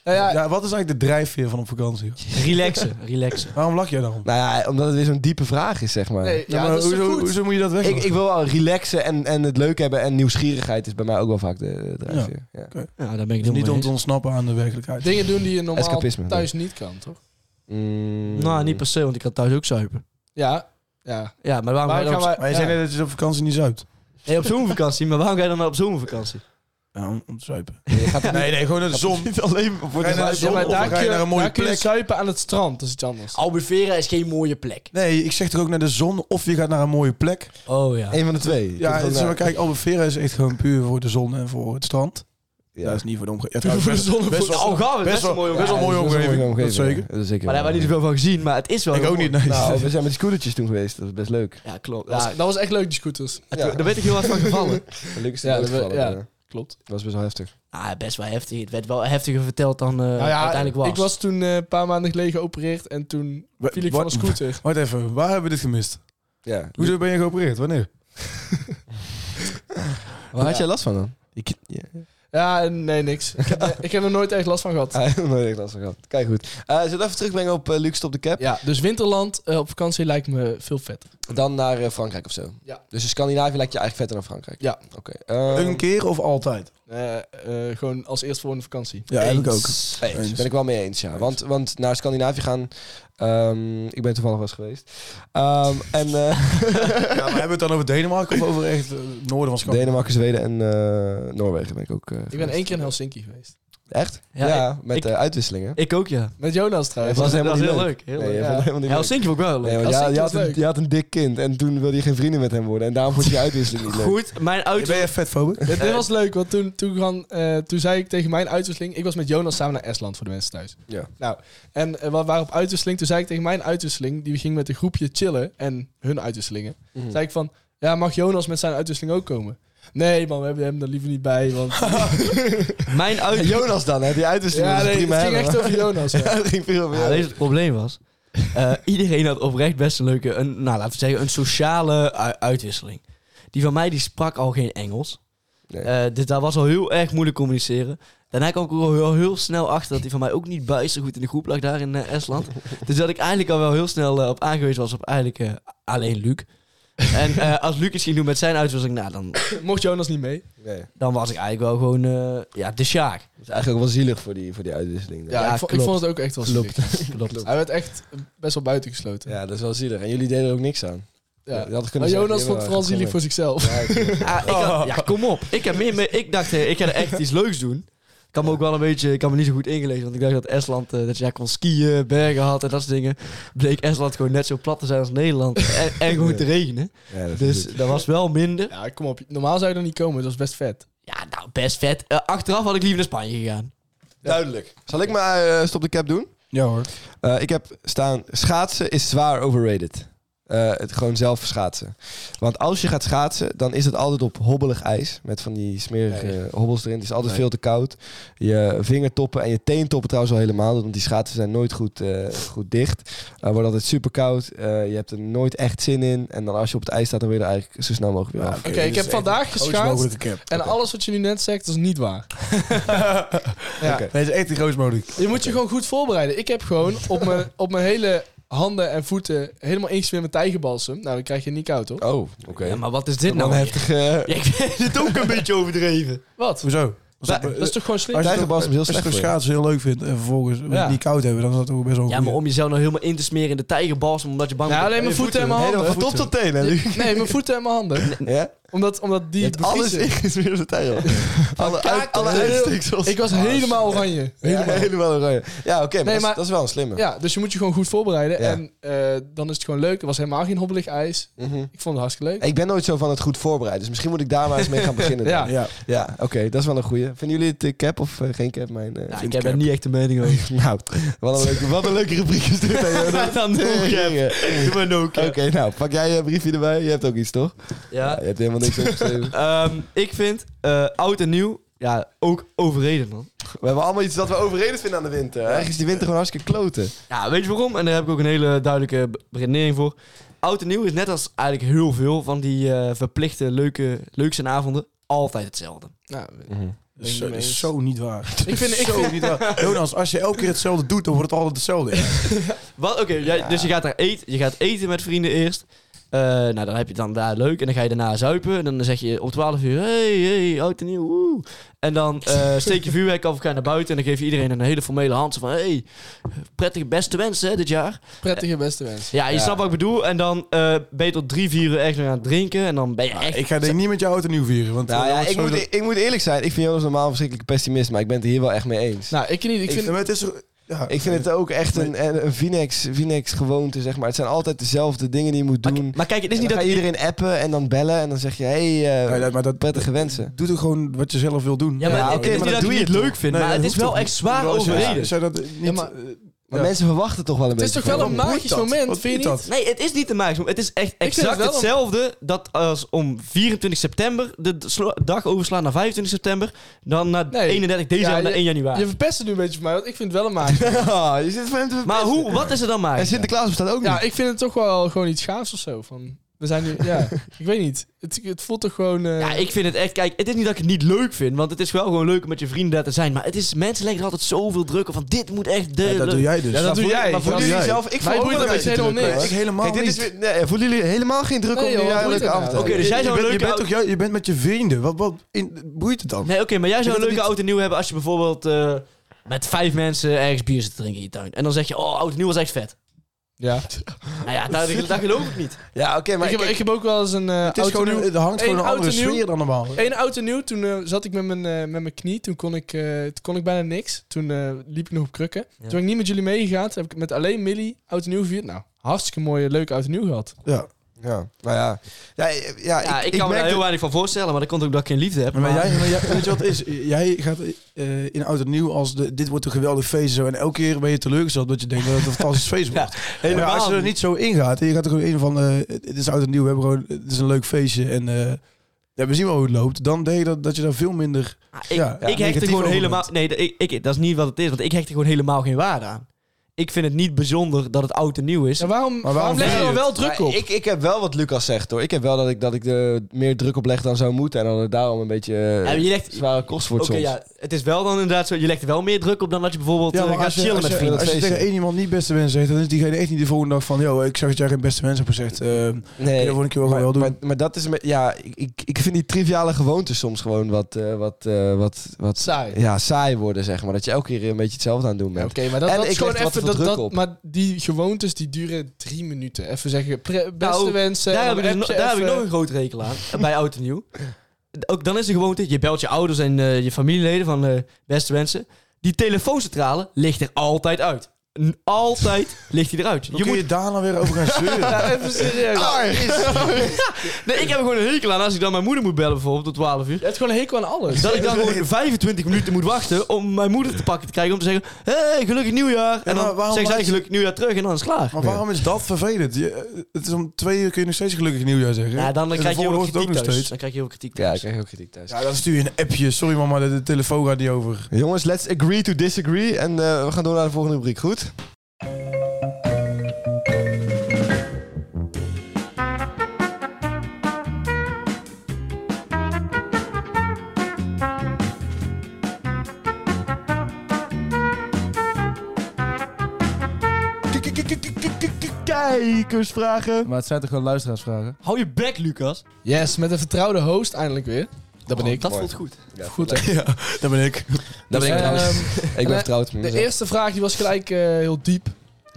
S4: Nou ja,
S3: Ja, wat is eigenlijk de drijfveer van een vakantie?
S5: <laughs> Relaxen, relaxen.
S3: Waarom lach jij dan?
S2: nou ja, omdat het weer zo'n diepe vraag is, zeg maar.
S4: nee, ja,
S3: maar
S4: dat is toch
S3: hoezo,
S4: goed?
S3: hoezo moet je dat weg?
S2: Ik, ik wil wel relaxen en, en het leuk hebben. En nieuwsgierigheid is bij mij ook wel vaak de, de drijfveer. Ja.
S5: Ja, daar ben ik
S3: Dus
S5: het
S3: niet
S5: helemaal
S3: om
S5: mee
S3: te ontsnappen aan de werkelijkheid.
S4: Dingen doen die je normaal
S2: Escapisme,
S4: thuis niet kan, toch?
S2: Mm.
S5: eens. Nou, niet per se, want ik kan thuis ook zuipen.
S4: Ja, ja.
S5: Ja, maar waarom
S4: Waar
S5: ga je
S4: gaan
S5: dan op,
S4: wij...
S3: Maar je
S4: ja.
S3: zei net dat je op vakantie niet zuipt.
S5: <laughs> nee, op zomervakantie? Maar waarom ga je dan op zomervakantie?
S3: Ja, om, om te <laughs> zuipen.
S2: Je gaat er niet-
S3: Nee, nee, gewoon naar de zon. Niet alleen voor
S2: de
S4: Ja, maar daar kun je,
S3: naar een mooie
S4: daar kun je
S3: plek.
S4: zuipen aan het strand, dat is iets anders.
S5: Albufeira is geen mooie plek.
S3: Nee, ik zeg toch ook naar de zon of je gaat naar een mooie plek.
S5: Oh ja.
S2: Een van de twee. Je
S3: Ja,
S2: kunt
S3: het
S2: gewoon
S3: is, maar
S2: naar-
S3: kijk, Albufeira is echt gewoon puur voor de zon en voor het strand. Ja,
S2: Ja.
S3: dat is niet voor de omgeving. Ja,
S4: Voor de
S3: trouwens,
S4: zon en
S3: best
S4: voor-
S3: wel-
S5: Oh, gaaf.
S3: best
S5: Best wel
S3: wel-
S5: mooi.
S3: best wel
S2: Ja,
S3: mooie
S2: het is best wel een mooie
S3: omgeving, dat zeker.
S2: ja. Dat is zeker.
S5: Maar daar hebben we niet zoveel van gezien, maar het is wel
S3: Ik
S5: heel
S3: ook niet,
S5: mooi.
S3: nee.
S2: Nou, we zijn met scootertjes toen geweest. Dat is best leuk.
S5: Ja, klopt.
S4: Dat was,
S5: Ja,
S4: dat was echt leuk, die scooters.
S2: Ja.
S5: Daar ben ik heel hard van gevallen.
S2: Leuk is
S4: Ja,
S2: het
S4: dat we-
S2: gevallen.
S4: ja.
S2: ja.
S4: Klopt.
S2: Dat was best wel heftig.
S5: <laughs> Ah, best wel heftig. Het werd wel heftiger verteld dan eh,
S4: Nou ja,
S5: uiteindelijk was.
S4: Ik was toen eh, een paar maanden geleden geopereerd en toen
S3: Wa-
S4: viel ik
S3: wa-
S4: van een scooter.
S3: Wacht even, waar hebben we dit gemist?
S2: Ja.
S3: Hoezo ben je geopereerd? Wanneer?
S2: Waar had jij last van dan? Ik, ja.
S4: Ja, nee, niks. Ik heb, eh, ik heb er nooit echt last van gehad.
S2: Ah, <laughs> nooit echt last van gehad. Kijk goed. Eh zullen we even terugbrengen op eh, Luke Stop de Cap?
S4: Ja, dus Winterland eh, op vakantie lijkt me veel vetter.
S2: Dan naar eh, Frankrijk of zo.
S4: Ja.
S2: Dus in Scandinavië lijkt je eigenlijk vetter dan Frankrijk.
S4: Ja.
S2: Oké. ehm,
S3: Een keer of altijd?
S4: Eh, eh, gewoon als eerstvolgende vakantie.
S3: Ja, heb ik ook.
S2: Eens. Eens. Ben ik wel mee eens, ja. Want, want naar Scandinavië gaan... ehm, ik ben toevallig wel eens geweest. Ehm, en eh,
S3: <laughs> Ja, maar hebben we het dan over Denemarken of over echt eh, noorden van Scandinavië?
S2: Denemarken, Zweden en eh, Noorwegen ben ik ook eh,
S4: Ik ben
S2: geweest.
S4: één keer in Helsinki geweest.
S2: Echt? Ja,
S5: Ja,
S2: met
S5: ik-
S2: eh, uitwisselingen.
S5: Ik ook, ja.
S4: Met Jonas trouwens.
S2: was
S5: Dat
S2: helemaal niet
S5: heel
S2: leuk.
S5: leuk. Heel
S2: Nee,
S5: leuk.
S2: je
S4: ja.
S2: vond het helemaal niet leuk.
S5: Helsinki vond ik wel heel leuk.
S2: Nee, want
S4: Helsinki
S2: je, je,
S4: was
S2: had een,
S4: leuk.
S2: je had een dik kind en toen wilde je geen vrienden met hem worden. En daarom vond je je uitwisseling
S4: <laughs>
S2: niet leuk.
S5: Goed, mijn
S3: Ben
S5: auto...
S3: jij vetfobic?
S4: Dit, dit was leuk, want toen, toen, gaan, eh, toen zei ik tegen mijn uitwisseling... Ik was met Jonas samen naar Estland voor de mensen thuis.
S2: Ja.
S4: Nou, en eh, we waren op uitwisseling. Toen zei ik tegen mijn uitwisseling... Die ging met een groepje chillen en hun uitwisselingen.
S2: Mhm.
S4: Zei ik van... Ja, mag Jonas met zijn uitwisseling ook komen? Nee, man, we hebben hem er liever niet
S2: <laughs>
S4: bij, want...
S5: <laughs> Mijn
S2: En
S5: auto...
S2: Jonas dan, hè? Die uitwisseling
S4: ja,
S2: was
S4: nee,
S2: prima.
S4: het ging
S2: hè,
S4: echt
S2: man.
S4: over Jonas. ja.
S2: Ja, het ging prima over
S5: Ja,
S2: jou.
S5: weet je wat het probleem was? Eh, <laughs> iedereen had oprecht best een leuke, een, nou laten we zeggen, een sociale u- uitwisseling. Die van mij die sprak al geen Engels.
S2: Nee.
S5: Eh, dus daar was al heel erg moeilijk communiceren. Daarna kwam ik er al heel, heel snel achter dat die van mij ook niet bijster goed in de groep lag daar in eh, Estland. dus dat ik eigenlijk al wel heel snel eh, op aangewezen was op eigenlijk eh, alleen Luc. en eh, als Luc iets ging doen met zijn uitwisseling, nou, dan,
S4: Mocht Jonas niet mee.
S2: Nee. Het
S5: dan was ik eigenlijk wel gewoon eh, ja, de Sjaak.
S2: is eigenlijk ook wel zielig voor die, voor die uitwisseling.
S4: Ja,
S5: Ja,
S4: ik, vo- ik
S5: klopt.
S4: vond het ook echt wel
S5: Klopt. <laughs>
S4: schrik.
S5: Klopt.
S4: Hij werd echt best wel buitengesloten.
S2: Ja, dat is wel zielig. En jullie deden er ook niks aan.
S4: Ja.
S2: Ja, dat had ik kunnen
S4: Maar
S2: zeggen.
S4: Jonas vond
S2: Ja,
S4: vooral
S2: dat
S4: zielig
S2: kon
S4: voor zichzelf.
S2: Ja, ik-
S5: Ja, ik had- ja, kom op. Ik, heb meer, mee- ik dacht, hé, ik ga er echt iets leuks doen. Ik had me ook wel een beetje, ik had me niet zo goed ingelezen. Want ik dacht dat Estland, eh, dat je daar kon skiën, bergen had en dat soort dingen. Bleek Estland gewoon net zo plat te zijn als Nederland. En, en gewoon te regenen.
S2: Ja, dat
S5: Dus
S2: is
S5: dat was wel minder.
S4: <laughs> Ja, kom op. Normaal zou je er niet komen. Dat was best vet.
S5: Ja, nou, best vet. Eh, achteraf had ik liever naar Spanje gegaan.
S2: duidelijk. Zal ik maar eh, stop de cap doen?
S3: Ja hoor.
S2: Eh, ik heb staan, schaatsen is zwaar overrated. Eh, het gewoon zelf schaatsen. Want als je gaat schaatsen, dan is het altijd op hobbelig ijs. Met van die smerige
S4: Nee.
S2: eh, hobbels erin. Het is altijd
S4: Nee.
S2: veel te koud. Je vingertoppen en je teentoppen trouwens al helemaal. Want die schaatsen zijn nooit goed, eh, goed dicht. Eh wordt altijd super koud. Eh, je hebt er nooit echt zin in. En dan als je op het ijs staat, dan wil je er eigenlijk zo snel mogelijk weer af.
S4: Oké,
S3: dus
S4: ik heb vandaag geschaatst.
S3: cap.
S4: En alles wat je nu net zegt, dat is niet waar. ja.
S2: Oké.
S3: Nee, het is echt de grootst mogelijke.
S4: Je moet je gewoon goed voorbereiden. Ik heb <laughs> gewoon op mijn, op mijn hele handen en voeten helemaal ingesmeerd met tijgenbalsem. Nou, dan krijg je het niet koud, hoor.
S2: Oh, oké.
S5: Ja, maar wat is dit
S2: Dan
S5: nou? weer?
S2: heftig. eh,
S5: Ja, ik vind het ook een beetje overdreven.
S4: Wat?
S3: Hoezo? Als
S4: Dat,
S3: het-
S4: is toch gewoon slim?
S3: als je
S2: Tijgerbalsem
S3: toch-
S2: is heel
S3: als je
S2: slecht
S3: toch
S2: voor je.
S3: schaatsen heel leuk vindt en vervolgens wil je
S4: Ja.
S3: het niet koud hebben, dan is dat ook best wel
S5: Ja,
S3: goed.
S5: maar om jezelf nou helemaal in te smeren in de tijgerbalsem omdat je bang
S4: Nou,
S5: bent.
S4: alleen mijn voeten en mijn
S2: helemaal
S4: handen.
S2: van top tot teen, hè, Luc?
S4: <laughs> Nee, mijn voeten en mijn handen.
S2: Ja?
S4: Omdat, omdat die
S2: Alles <laughs>
S4: bevriezen.
S2: ingesmeerd met tijl.
S4: <laughs>
S2: Alle,
S4: kaken,
S2: uit, alle
S4: heel-
S2: uitsteeksels.
S4: Ik was helemaal oranje.
S2: Ja, helemaal oranje. Ja, oké, maar,
S4: Nee,
S2: dat is-
S4: maar-
S2: dat is wel een slimme.
S4: Ja, dus je moet je gewoon goed voorbereiden.
S2: Ja.
S4: En eh, dan is het gewoon leuk. Er was helemaal geen hobbelig ijs.
S2: Mhm.
S4: Ik vond het hartstikke leuk.
S2: Ik ben nooit zo van het goed voorbereiden, dus misschien moet ik daar maar eens mee gaan beginnen. dan.
S4: Ja.
S3: Ja.
S2: ja oké, dat is wel een goeie. Vinden jullie het eh, cap of eh, geen cap? Mijn, eh,
S5: Ja, ik
S2: vind-
S5: heb er niet echt een mening over.
S2: <laughs> Nou, wat een leuke, wat een leuke rubriek is dit.
S5: <laughs>
S2: hè, joh.
S5: Dan
S2: <laughs>
S5: no cap. Doe maar no
S2: Oké,
S5: cap. Ah.
S2: nou, pak jij je briefje erbij. Je hebt ook iets, toch?
S5: Ja,
S2: je hebt helemaal niks
S5: <laughs>
S2: opgeschreven.
S5: Ehm, ik vind eh, oud en nieuw, ja, ook overreden man.
S2: We hebben allemaal iets dat we overreden vinden aan de winter. Eigenlijk is die winter gewoon hartstikke kloten.
S5: Ja, weet je waarom? En daar heb ik ook een hele duidelijke be- redenering voor. Oud en nieuw is net als eigenlijk heel veel van die eh, verplichte leuke, leuks en avonden altijd hetzelfde.
S4: Nou, ik
S2: Mhm.
S3: Dat is
S4: ben
S3: zo,
S4: het
S3: dat
S4: mee
S3: is
S4: eens.
S3: zo niet waar.
S4: Ik vind- ik
S3: Zo
S4: vind-
S3: niet waar. Jonas, als je elke keer hetzelfde doet, dan wordt het altijd hetzelfde.
S5: Wat? Oké, jij- dus je gaat daar eten, je gaat eten met vrienden eerst. Eh, nou, dan heb je het dan daar leuk en dan ga je daarna zuipen. En dan zeg je om 12 uur, hey, hey, oud en nieuw, woe. En dan <laughs> eh, steek je vuurwerk af of ga je naar buiten en dan geef je iedereen een hele formele hand. Zo van, hey, prettige beste wensen hè, dit jaar.
S4: prettige beste wens.
S5: Ja, je
S2: Ja.
S5: snapt wat ik bedoel. En dan eh, ben je tot drie, vier uur echt weer aan het drinken. En dan ben je echt...
S3: Nou, Ik ga dit niet met jou oud en nieuw vieren. Want
S2: Nou
S3: eh,
S2: ja,
S3: dan wordt
S2: ik
S3: het
S2: moet,
S3: zo
S2: ik moet eerlijk zijn. Ik vind Jonas normaal een verschrikkelijke pessimist, maar ik ben het hier wel echt mee eens.
S4: Nou, ik niet. Ik
S3: dat-
S4: vind,
S3: Maar het is er- ja. eh,
S2: Ik vind het ook echt een, een, een Vinex, Vinex gewoonte, zeg maar. Het zijn altijd dezelfde dingen die je moet
S5: Maar,
S2: doen.
S5: maar kijk, het is
S2: En
S5: niet
S2: dan
S5: dat...
S2: ga je iedereen appen en dan bellen en dan zeg je... hey, eh,
S3: Nee, nee, maar dat
S2: prettige wensen.
S3: doe toch gewoon wat je zelf wil doen.
S5: Ja, maar
S2: Ja,
S5: het
S2: oké,
S5: is
S2: maar
S5: niet
S2: dat
S5: dat
S2: doe
S5: je
S2: je
S5: het leuk vindt.
S3: Nee,
S5: maar
S3: dat
S5: het is
S3: hoeft
S5: wel
S3: toch
S5: echt zwaar
S3: Zou-
S5: overreden.
S3: Zou dat niet...
S4: Ja, maar-
S3: eh,
S2: Maar
S4: Ja.
S2: mensen verwachten het toch wel een
S4: Het is
S2: beetje.
S4: toch wel
S2: van
S4: een
S2: je.
S3: Hoe
S4: magisch
S3: moet dat?
S4: moment,
S3: Wat
S4: vind je
S3: moet
S4: niet?
S3: dat?
S5: Nee, het is niet de maximum. Het is echt
S4: vind
S5: exact
S4: het wel een-
S5: hetzelfde dat als om 24 september de d- slo- dag overslaan naar 25 september, dan naar
S4: Nee.
S5: 31 december
S4: Ja,
S5: naar
S4: je-
S5: 1 januari.
S4: Je verpest het nu een beetje voor mij, want ik vind het <laughs> wel een magisch.
S2: <laughs> Ja, je zit van hem te verpesten.
S5: maar
S4: <laughs>
S5: hoe, wat is er dan
S2: En
S5: magisch?
S2: Sinterklaas bestaat ook
S4: Oh, ja,
S2: niet.
S4: ik vind het toch wel gewoon iets gaafs of zo. Van, we zijn nu, ja, ik weet niet. Het, het voelt toch gewoon... eh,
S5: Ja, ik vind het echt, kijk, het is niet dat ik het niet leuk vind, want het is wel gewoon leuk om met je vrienden daar te zijn, maar het is, mensen leggen er altijd zoveel druk op van dit moet echt de...
S3: Ja, dat doe jij dus.
S4: Ja, dat doe
S2: voel-
S4: jij.
S2: Maar
S4: Dat
S2: voelen
S4: doe
S2: jullie
S4: jij.
S2: zelf... Ik
S4: Mij
S2: voel
S4: boeit
S2: ook
S4: dat
S2: een
S4: beetje
S2: beetje
S4: helemaal
S2: druk,
S4: niks.
S2: hoor.
S3: Helemaal
S2: Kijk, dit is
S3: niet.
S2: weer- nee, voelen jullie helemaal geen druk
S4: Nee,
S2: om
S4: joh,
S2: jullie
S4: wat
S2: aan een
S4: boeit
S2: leuke
S4: het
S2: avond
S4: nou?
S2: te hebben?
S5: Oké, dus jij
S3: Je
S5: zou een
S3: bent- je
S5: leuke
S3: bent
S5: oude-
S3: toch jou- Je bent met je vrienden. Wat, wat in, boeit het dan?
S5: Nee, oké, maar jij zou
S3: Ik
S5: een
S3: vind
S5: leuke
S3: dat
S5: oud en nieuw hebben als je bijvoorbeeld eh, met vijf mensen ergens bier zit te drinken in je tuin. En dan zeg je, oh, oud en nieuw was echt vet.
S4: ja.
S5: Nou ja,
S3: <laughs>
S5: daar, daar geloof ik niet.
S2: Ja, oké, maar
S4: ik, heb,
S2: kijk,
S4: ik heb ook wel eens een eh
S3: Het is
S4: oud en
S3: gewoon,
S4: nieuw-
S3: een- er hangt gewoon
S4: Eén
S3: een
S4: oud
S3: andere
S4: en nieuw.
S3: sfeer dan normaal.
S4: Eén oud en nieuw, toen eh, zat ik met mijn, eh, met mijn knie. Toen kon ik, eh, toen kon ik bijna niks. Toen eh, liep ik nog op krukken. Toen ben ik niet met jullie meegegaan. Toen heb ik met alleen Millie oud en nieuw gevierd. Nou, hartstikke mooie, leuke oud en nieuw gehad.
S3: Ja.
S2: Ja, nou ja. Ja, ja, ja,
S5: Ja, ik, kan me
S2: merk
S5: daar heel
S2: dat-
S5: weinig van voorstellen, maar dat komt ook dat ik geen liefde heb.
S3: Maar, jij, maar jij, weet je wat het is? Jij gaat eh, in oud en nieuw als de, dit wordt een geweldig feest zo. En elke keer ben je teleurgesteld dat je denkt dat het een fantastisch feest wordt. Maar ja, als je er niet zo in gaat, en je gaat er gewoon in van, eh, het is oud en nieuw, we hebben gewoon, het is een leuk feestje en eh, ja, we zien wel hoe het loopt. Dan denk je dat, dat je daar veel minder...
S5: Ah, ik,
S3: Ja, ja,
S5: ik hecht er
S3: negatief
S5: gewoon
S3: over
S5: helemaal...
S3: bent.
S5: Nee, dat- ik, ik, dat is niet wat het is, want ik hecht er gewoon helemaal geen waarde aan. Ik vind het niet bijzonder dat het oud en nieuw is.
S4: Ja, waarom, waarom,
S3: waarom
S4: leg je
S3: vier
S4: er
S3: je
S4: wel druk
S2: Maar
S4: op?
S2: Ik, ik heb wel wat Lucas zegt hoor. Ik heb wel dat ik, dat ik er meer druk op leg dan zou moeten. En dat het daarom een beetje eh,
S5: Ja, maar je legt,
S2: zware kost wordt
S5: Oké,
S2: soms.
S5: ja, het is wel dan inderdaad zo. Je legt er wel meer druk op dan dat je bijvoorbeeld eh, gaat
S3: als je,
S5: chillen
S3: als
S5: met
S3: je-
S5: vrienden.
S3: als je
S2: feesten.
S3: tegen één iemand niet beste wens zegt, dan is diegene echt niet de volgende dag van, yo, ik zag dat jij geen beste wens hebt gezegd. eh,
S2: Nee,
S3: kun je de volgende keer wel
S2: maar,
S3: gewoon wel doen.
S2: Maar, maar dat is... Met, ja, ik- ik, ik vind die triviale gewoontes soms gewoon wat, eh, wat, eh, wat, wat
S4: Saai.
S2: ja, saai worden, zeg maar. Dat je elke keer een beetje hetzelfde aan het doen
S4: Ja,
S2: bent.
S4: Oké, maar dat,
S2: En
S4: dat
S2: ik
S4: is gewoon
S2: leg er wat
S4: even...
S2: te
S4: Dat,
S2: veel druk
S4: dat,
S2: op.
S4: Maar die gewoontes die duren drie minuten. Even zeggen, pre- beste
S5: Nou,
S4: wensen.
S5: Daar, heb ik,
S4: dan
S5: dus
S4: app
S5: no-
S4: je
S5: daar heb ik
S4: even-
S5: nog een groot rekel aan, bij Oud en Nieuw. Ook dan is de gewoonte, je belt je ouders en eh, je familieleden van eh, beste wensen. Die telefooncentrale ligt er altijd uit. N- Altijd <laughs> ligt die eruit.
S3: je
S5: Je
S3: moet
S5: moet,
S3: je daar dan weer over gaan zeuren.
S4: Ja, even serieus.
S2: Ah,
S5: nee, ik heb er gewoon een hekel aan als ik dan mijn moeder moet bellen bijvoorbeeld tot 12 uur.
S4: <laughs> Je hebt gewoon een hekel aan alles.
S5: Dat ik dan
S3: <laughs>
S5: gewoon 25 minuten moet wachten om mijn moeder te pakken te krijgen. Om te zeggen, hé, hey, gelukkig nieuwjaar. en
S3: maar
S5: dan
S3: waarom
S5: zeggen zij
S3: laat je-
S5: gelukkig nieuwjaar terug en dan is het klaar.
S3: Maar waarom is dat vervelend? Je, eh, het is om twee uur kun je nog steeds gelukkig nieuwjaar zeggen.
S5: Ja, Nou, dan,
S3: En
S5: krijg je
S3: volgende
S5: heel veel
S3: wordt het
S5: kritiek
S3: ook nog
S5: thuis.
S3: steeds.
S5: Dan krijg je heel veel kritiek
S2: Ja,
S5: thuis.
S2: ik krijg ook kritiek thuis.
S3: Ja, dan stuur je een appje. Sorry mama, de, de telefoon gaat niet over.
S2: Jongens, let's agree to disagree. En eh, we gaan door naar de volgende rubriek, goed? Kijkersvragen.
S7: Maar het zijn toch gewoon luisteraarsvragen?
S5: Hou je bek, Lucas.
S4: Yes, met een vertrouwde host eindelijk weer. Dat ben
S5: Oh,
S4: ik.
S5: Dat voelt goed.
S4: Goed, hè?
S3: Ja, dat ben ik.
S2: Dat ben ik
S4: Ehm,
S2: trouwens. <laughs> Ik ben
S4: eh,
S2: vertrouwd met
S4: De
S2: mezelf.
S4: eerste vraag die was gelijk eh, heel diep.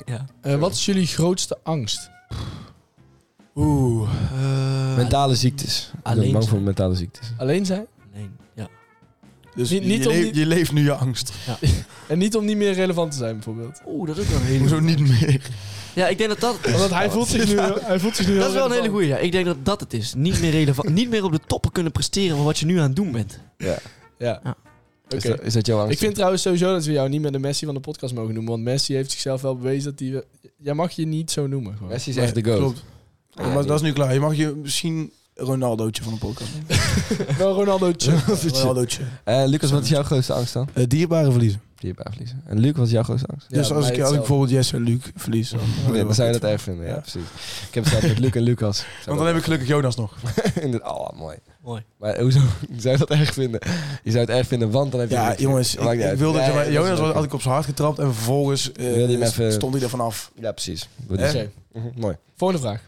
S5: Ja.
S4: Eh, wat is jullie grootste angst?
S3: Oeh. eh,
S2: Mentale ziektes. Ik ben
S5: Alleen
S2: bang voor
S5: zijn.
S2: mentale ziektes.
S4: Alleen zijn?
S5: Nee, ja.
S3: dus
S4: niet- niet
S3: je,
S4: om
S3: leeft-
S4: niet-
S3: je leeft nu je angst.
S4: En niet om niet meer relevant te zijn, bijvoorbeeld.
S5: Oeh, dat is ook wel een hele
S3: Hoezo niet meer?
S5: Ja, ik denk dat dat het is.
S4: Want hij voelt zich <laughs> nu, hij voelt zich nu
S5: Dat
S4: heel
S5: is wel een hele
S4: relevant.
S5: goeie, ja. Ik denk dat dat het is. Niet meer, relevant, niet meer op de toppen kunnen presteren van wat je nu aan het doen bent.
S4: Ja.
S5: Ja.
S4: Oké.
S2: Is, dat, is dat jouw angst?
S4: Ik vind trouwens sowieso dat we jou niet meer de Messi van de podcast mogen noemen. Want Messi heeft zichzelf wel bewezen dat hij... Jij mag je niet zo noemen. Gewoon.
S2: Messi is echt de goat.
S3: Klopt.
S2: Ja,
S3: maar
S2: die-
S3: dat is nu klaar. Je mag je misschien Ronaldootje van de podcast noemen.
S4: Wel Ronaldootje.
S3: Ronaldootje.
S2: Eh, Lucas, wat is jouw grootste angst dan?
S3: Eh, dierbaren verliezen.
S2: Die je bij verliezen. En Luc, wat is jouw grootste angst?
S4: Ja,
S3: dus
S4: bij
S3: als ik, als ik
S4: hetzelfde.
S3: bijvoorbeeld Jess en Luc verlies. Dan,
S2: Nee, dan zou je dat erg vinden, ja,
S3: Ja.
S2: precies. Ik heb het zelf met Luc en Lucas. Zou
S3: Want dan
S2: dat-
S3: heb ik gelukkig Jonas nog.
S2: In dit- oh, mooi.
S5: Mooi.
S2: Maar hoezo zou je dat erg vinden? Je zou het erg vinden, want dan heb je...
S3: Ja,
S2: Luc.
S3: jongens. Ik,
S2: Maakt niet
S3: ik
S2: uit.
S3: wilde
S2: Ja,
S3: dat je
S2: ja,
S3: maar-
S2: dat is
S3: Jonas
S2: leuk.
S3: was- had ik op zijn hart getrapt en vervolgens eh,
S2: Wilde je hem even-
S3: stond hij er vanaf.
S2: Ja, precies.
S4: Oké,
S2: Hè? Mhm, Mooi.
S4: volgende vraag.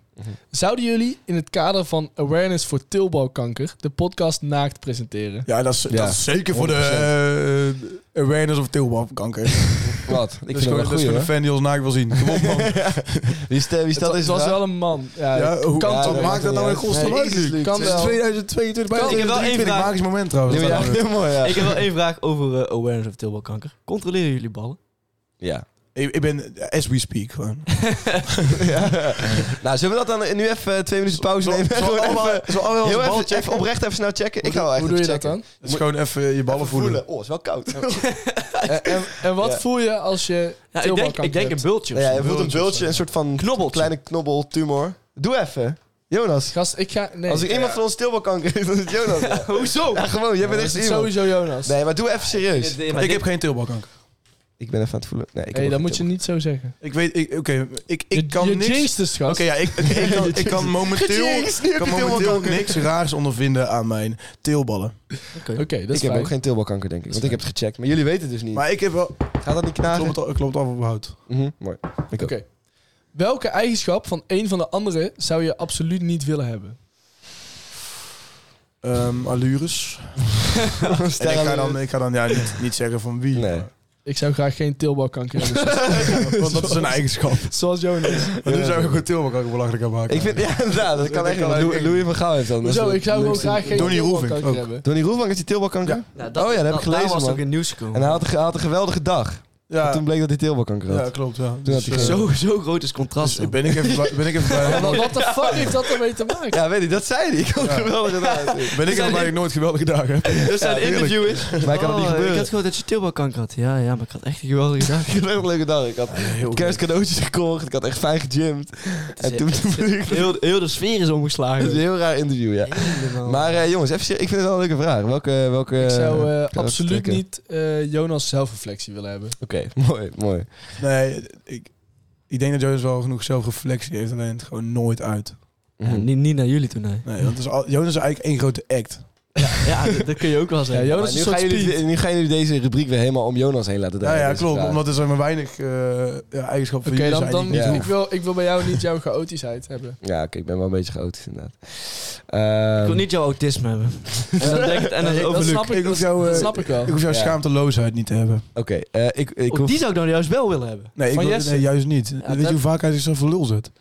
S4: Zouden jullie in het kader van Awareness voor Tilbalkanker de podcast naakt presenteren?
S3: Ja, dat is, dat is zeker voor de eh, awareness of tilbalkanker. Ik
S2: Wat? Ik
S3: dat is
S2: vind
S3: Dus gewoon,
S2: het wel
S3: dat is
S2: goed,
S3: gewoon een
S2: hoor.
S3: fan die ons naakt wil zien. Kom op,
S2: <laughs>
S3: man.
S2: Wie stelt wie
S4: Dat
S2: stelt
S4: het
S2: deze
S4: was
S2: vraag?
S4: wel een man. Ja,
S3: Ja, hoe
S4: kan
S3: kan dat?
S4: toch?
S2: dat
S3: Maakt
S2: maakt
S3: dat nou
S2: niet
S3: een
S2: uit.
S3: godsnaam
S2: Nee,
S3: uit,
S2: is
S3: Luc?
S2: Luc.
S3: Het
S4: Kan
S3: is
S4: wel.
S3: 2022, bijna
S5: Ik heb wel één
S3: 2023.
S5: vraag.
S3: Magisch moment trouwens.
S2: Ja, <laughs>
S3: dat dan weer.
S2: heel mooi, ja.
S5: Ik heb wel één vraag over eh, awareness of tilbalkanker. Controleren jullie ballen?
S2: Ja.
S3: Ik, ik ben eh, as we speak gewoon.
S2: Nou, zullen we dat dan nu even eh, twee minuten pauze
S3: Zullen
S2: nemen?
S3: we- zullen
S2: <laughs>
S3: we
S2: Gewoon
S3: allemaal-
S2: even-
S3: zullen we allemaal
S2: heel
S3: onze bal
S2: even, even
S3: checken?
S2: oprecht even snel checken. Ik ga wel
S4: Hoe,
S2: echt
S4: doe je
S2: even
S4: dat
S2: checken.
S4: dan?
S3: Dus gewoon even je ballen
S2: Even
S3: voelen.
S2: voelen. Oh, is wel <laughs> koud.
S4: Eh, En, en, en
S2: <laughs>
S4: wat
S2: Ja.
S4: voel je als je
S5: Ja, ik denk,
S4: teelbalkamp
S5: ik denk een
S4: hebt?
S5: bultje of
S2: Ja,
S5: zo.
S2: je voelt een bultje, een soort van
S5: Knobbeltje.
S2: kleine knobbel, tumor. Doe even. Jonas.
S4: Gast, ik eh, ga... Nee.
S2: Als er iemand van ons stilbalkanker heeft, dan is het
S4: <laughs>
S2: Jonas. Ja,
S5: <laughs> Hoezo?
S2: gewoon, jij bent
S4: Dat
S2: echt
S4: is
S2: iemand.
S4: sowieso Jonas.
S2: Nee, maar doe even serieus.
S3: Ik heb geen teelbalkanker.
S2: Ik ben even aan het voelen. Nee, ik
S4: hey,
S2: heb
S4: dat
S2: nog
S4: moet je
S2: geen
S4: niet zo zeggen.
S3: Ik weet, ik- oké, ik, ik
S4: je,
S3: kan
S4: je
S3: niks...
S4: jinxed het,
S3: Oké,
S4: gast.
S3: ja, ik, ik, ik kan, ik kan momenteel,
S2: Gejinxed, nu heb
S3: ik kan
S2: je
S3: momenteel
S2: teelbalkanker.
S3: niks raars ondervinden aan mijn teelballen.
S4: Oké, dat
S2: teelbalkanker.
S4: is
S2: Ik heb
S4: fijn.
S2: ook geen teelbalkanker, denk ik. Want ik heb het gecheckt. Maar jullie weten het dus niet.
S3: Maar ik heb wel...
S2: Gaat dat niet knagen?
S3: Klopt, al- klopt af op hout.
S2: Mhm, Mooi. Ik ook.
S4: Oké. Welke eigenschap van een van de anderen zou je absoluut niet willen hebben?
S3: Ehm, allures. En ik ga dan, ik ga dan ja, niet, niet zeggen van wie.
S2: Nee.
S4: Ik zou graag geen
S2: <laughs>
S4: teelbalkanker hebben. zoals-
S3: Want dat is een eigenschap.
S4: Zoals Jonas.
S3: Maar nu zou ik gewoon teelbalkanker belachelijk gaan maken.
S2: Ik vind, <laughs> ja, inderdaad, dat kan echt niet.
S3: kan
S2: maar
S3: ook
S2: Lou-
S3: niet.
S2: Louis van Gaal heeft dan. dat is
S4: Hoezo?
S2: de
S4: Ik zou gewoon
S2: leukste-
S4: graag geen
S3: Donnie Roelvink
S4: teelbalkanker
S3: ook.
S4: hebben.
S2: Donnie Roelvang heeft die teelbalkanker?
S3: Ja.
S2: Oh ja, dat heb ik gelezen,
S5: nou, Daar was
S2: man.
S5: ook in het nieuws gekomen.
S2: En hij had, een ge- hij had een geweldige dag.
S3: ja,
S2: Toen bleek dat hij teelbalkanker had.
S3: ja, klopt. Ja.
S2: had hij
S3: eh,
S2: geen-
S5: zo, zo groot is
S3: dus
S5: contrast. dan.
S3: ben ik even blij- ben ik even
S5: <laughs>
S3: blij.
S4: Wat
S3: nooit-
S4: wat de fuck heeft dat ermee te maken?
S2: Ja, weet ik, dat zei hij. Ik had een geweldige dag. Dus
S3: Ben ik
S5: zijn
S3: even blij dat
S5: in-
S3: ik nooit geweldige dagen
S2: <laughs>
S3: heb.
S5: Dus Dat zijn
S2: tuurlijk.
S5: interviewers.
S2: Mij kan dat niet
S5: Oh, Ik
S2: gebeuren.
S5: had
S2: Ik
S5: gewoon dat je teelbalkanker had. Ja, ja, maar ik had echt een geweldige
S2: <laughs>
S5: dag.
S2: had echt een leuke dag. Ik had kerstcadeautjes gekocht. Ik had echt fijn gegymd. En toen toen bleek ik...
S5: Heel, heel de sfeer is
S2: Het is een
S5: omgeslagen.
S2: heel raar interview, ja.
S5: Helemaal.
S2: Maar eh, jongens, even, serieus, ik vind het wel een leuke vraag. Welke... welke
S4: Ik zou eh,
S2: karakter
S4: absoluut
S2: trekken?
S4: niet eh, Jonas zelfreflectie willen hebben.
S2: Oké, <laughs> mooi, mooi.
S3: Nee, ik, ik denk dat Jonas wel genoeg zelfreflectie heeft. Alleen het gewoon nooit uit.
S5: Ja, niet, niet naar jullie toen, nee.
S3: Nee, want het is al, Jonas is eigenlijk één grote act.
S5: Ja, dat, dat kun je ook wel
S4: Ja,
S5: zeggen.
S4: Jonas
S2: Maar
S4: is
S2: nu,
S4: een soort
S2: gaan
S4: speed.
S2: jullie, nu gaan jullie deze rubriek weer helemaal om Jonas heen laten
S3: Ja,
S2: draaien.
S3: ja
S2: deze
S3: klopt.
S2: vraag.
S3: Omdat er zijn maar weinig eh, ja, eigenschappen
S4: Oké,
S3: van jullie
S4: dan,
S3: zijn
S4: dan
S3: die ik
S2: Ja.
S3: niet
S4: ik,
S3: hoef.
S4: wil, ik wil bij jou niet jouw chaotischheid hebben.
S2: Ja, oké, ik ben wel een beetje chaotisch inderdaad.
S5: Ik
S2: Ehm,
S5: wil niet jouw autisme hebben. En dan denk ik, <laughs> en dan
S4: Nee,
S5: over
S4: dat
S5: Luc.
S4: snap ik,
S3: Ik hoef
S4: dat,
S3: jou, eh,
S4: dat snap ik wel.
S3: Ik hoef jouw
S2: Ja.
S3: schaamteloosheid niet te hebben.
S2: Oké, eh, ik, ik
S5: Oh,
S2: hoef-
S5: die zou ik dan juist wel willen
S3: <laughs>
S5: hebben.
S3: Nee, ik
S4: Van
S3: wil-
S4: Jesse?
S3: nee, juist niet. Weet
S5: dat-
S3: je hoe vaak hij zichzelf voor lul zet?